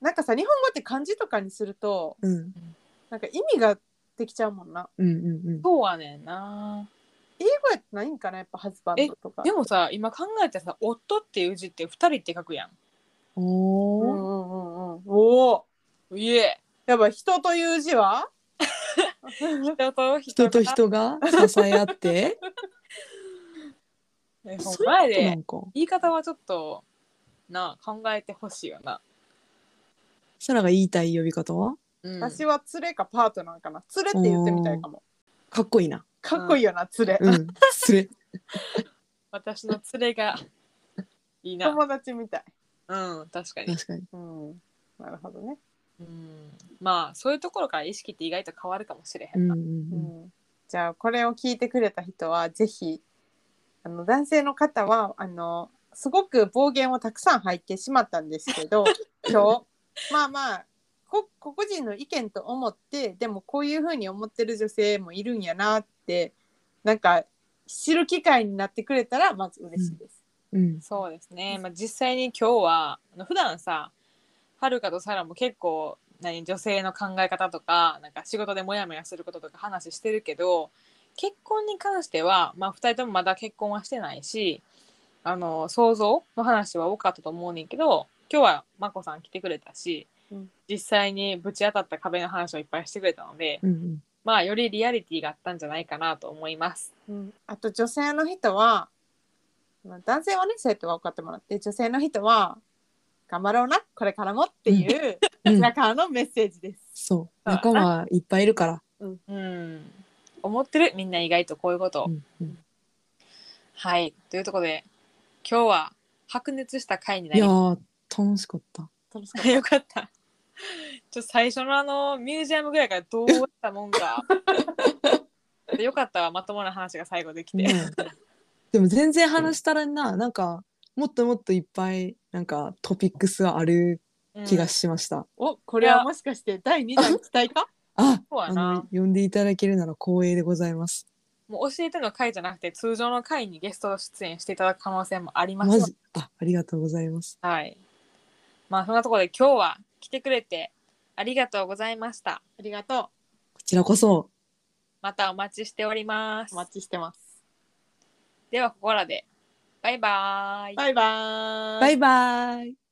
S2: なんかさ日本語って漢字とかにすると
S3: うん
S2: なんか意味ができちゃうもんな。
S3: うんうんうん。
S1: そうはねんな。
S2: 英語やってないんかなやっぱハズバンドとか。
S1: でもさ今考えたらさ「夫」っていう字って二人って書くやん。
S2: う
S3: お
S2: んう
S3: ー
S2: んうんうん。おお。
S1: いえ
S2: やっぱ人という字は
S1: 人と
S3: 人
S1: 人
S3: と
S1: と
S3: 人が支え合って。
S1: 前
S3: そうな
S1: で
S3: んか。
S1: 言い方はちょっとな考えてほしいよな。
S3: サラが言いたい呼び方は
S1: うん、
S2: 私は連れかパートナーかな。連れって言ってみたいかも。
S3: かっこいいな。
S2: かっこいいよな、連れ。
S3: うん。それ。
S1: 私の連れがいい な。
S2: 友達みたい。
S1: うん確かに。
S3: 確かに。
S2: うん。なるほどね。
S1: うん、まあそういうところから意識って意外と変わるかもしれへ
S3: うんんう
S1: な。
S3: ん
S2: う
S3: うん。
S2: ん、じゃあこれを聞いてくれた人はぜひあの男性の方はあのすごく暴言をたくさん吐いてしまったんですけ ど今日まあまあこ個々人の意見と思ってでもこういうふうに思ってる女性もいるんやなってなんか知る機会になってくれたらまず嬉しいです。
S3: うん。
S1: そうですね、まあ、実際に今日はあの普段さはるかとさらも結構何女性の考え方とかなんか仕事でモヤモヤすることとか話してるけど結婚に関しては、まあ、2人ともまだ結婚はしてないしあの想像の話は多かったと思うねんけど今日はまこさん来てくれたし、
S2: うん
S1: 実際にぶち当たった壁の話をいっぱいしてくれたので、
S3: うんうん。
S1: まあよりリアリティがあったんじゃないかなと思います。
S2: うん、あと女性の人はまあ男性はねそうやって分かってもらって女性の人は頑張ろうなこれからもっていう
S3: うん
S2: 中のメッセージです。
S3: そう。
S1: そうだな
S3: 仲間いっぱいいるから。
S1: うん思ってるみんな意外とこういうことを、
S3: うんうん
S1: はいというところで今日は白熱した回にないり
S3: や
S1: ま
S3: ー楽しかった。
S2: 楽しかっ
S1: した よかったちょっと最初のあのミュージアムぐらいからどうしたもんかでよかったわまともな話が最後できて、
S3: ね、でも全然話したらんななんかもっともっといっぱいなんかトピックスはある
S1: うん
S3: 気がしました。
S2: た。 お、これはもしかして第2弾期 待か
S3: あ
S1: そうや
S3: あ
S1: な
S3: の呼んでいただけるなら光栄でございます。
S1: もう教えての回じゃなくて通常の回にゲスト出演していただく可能性もあります
S3: まずあありがとうございます。
S1: はいまあそんなところで今日は来てくれてありがとうございました
S2: ありがと
S3: こちらこそ
S1: またお待ちしておりま
S2: う。
S1: す
S2: お待ちしてます。
S1: ではここらでバイバーイ
S2: バイバーイ。
S3: バイバイ。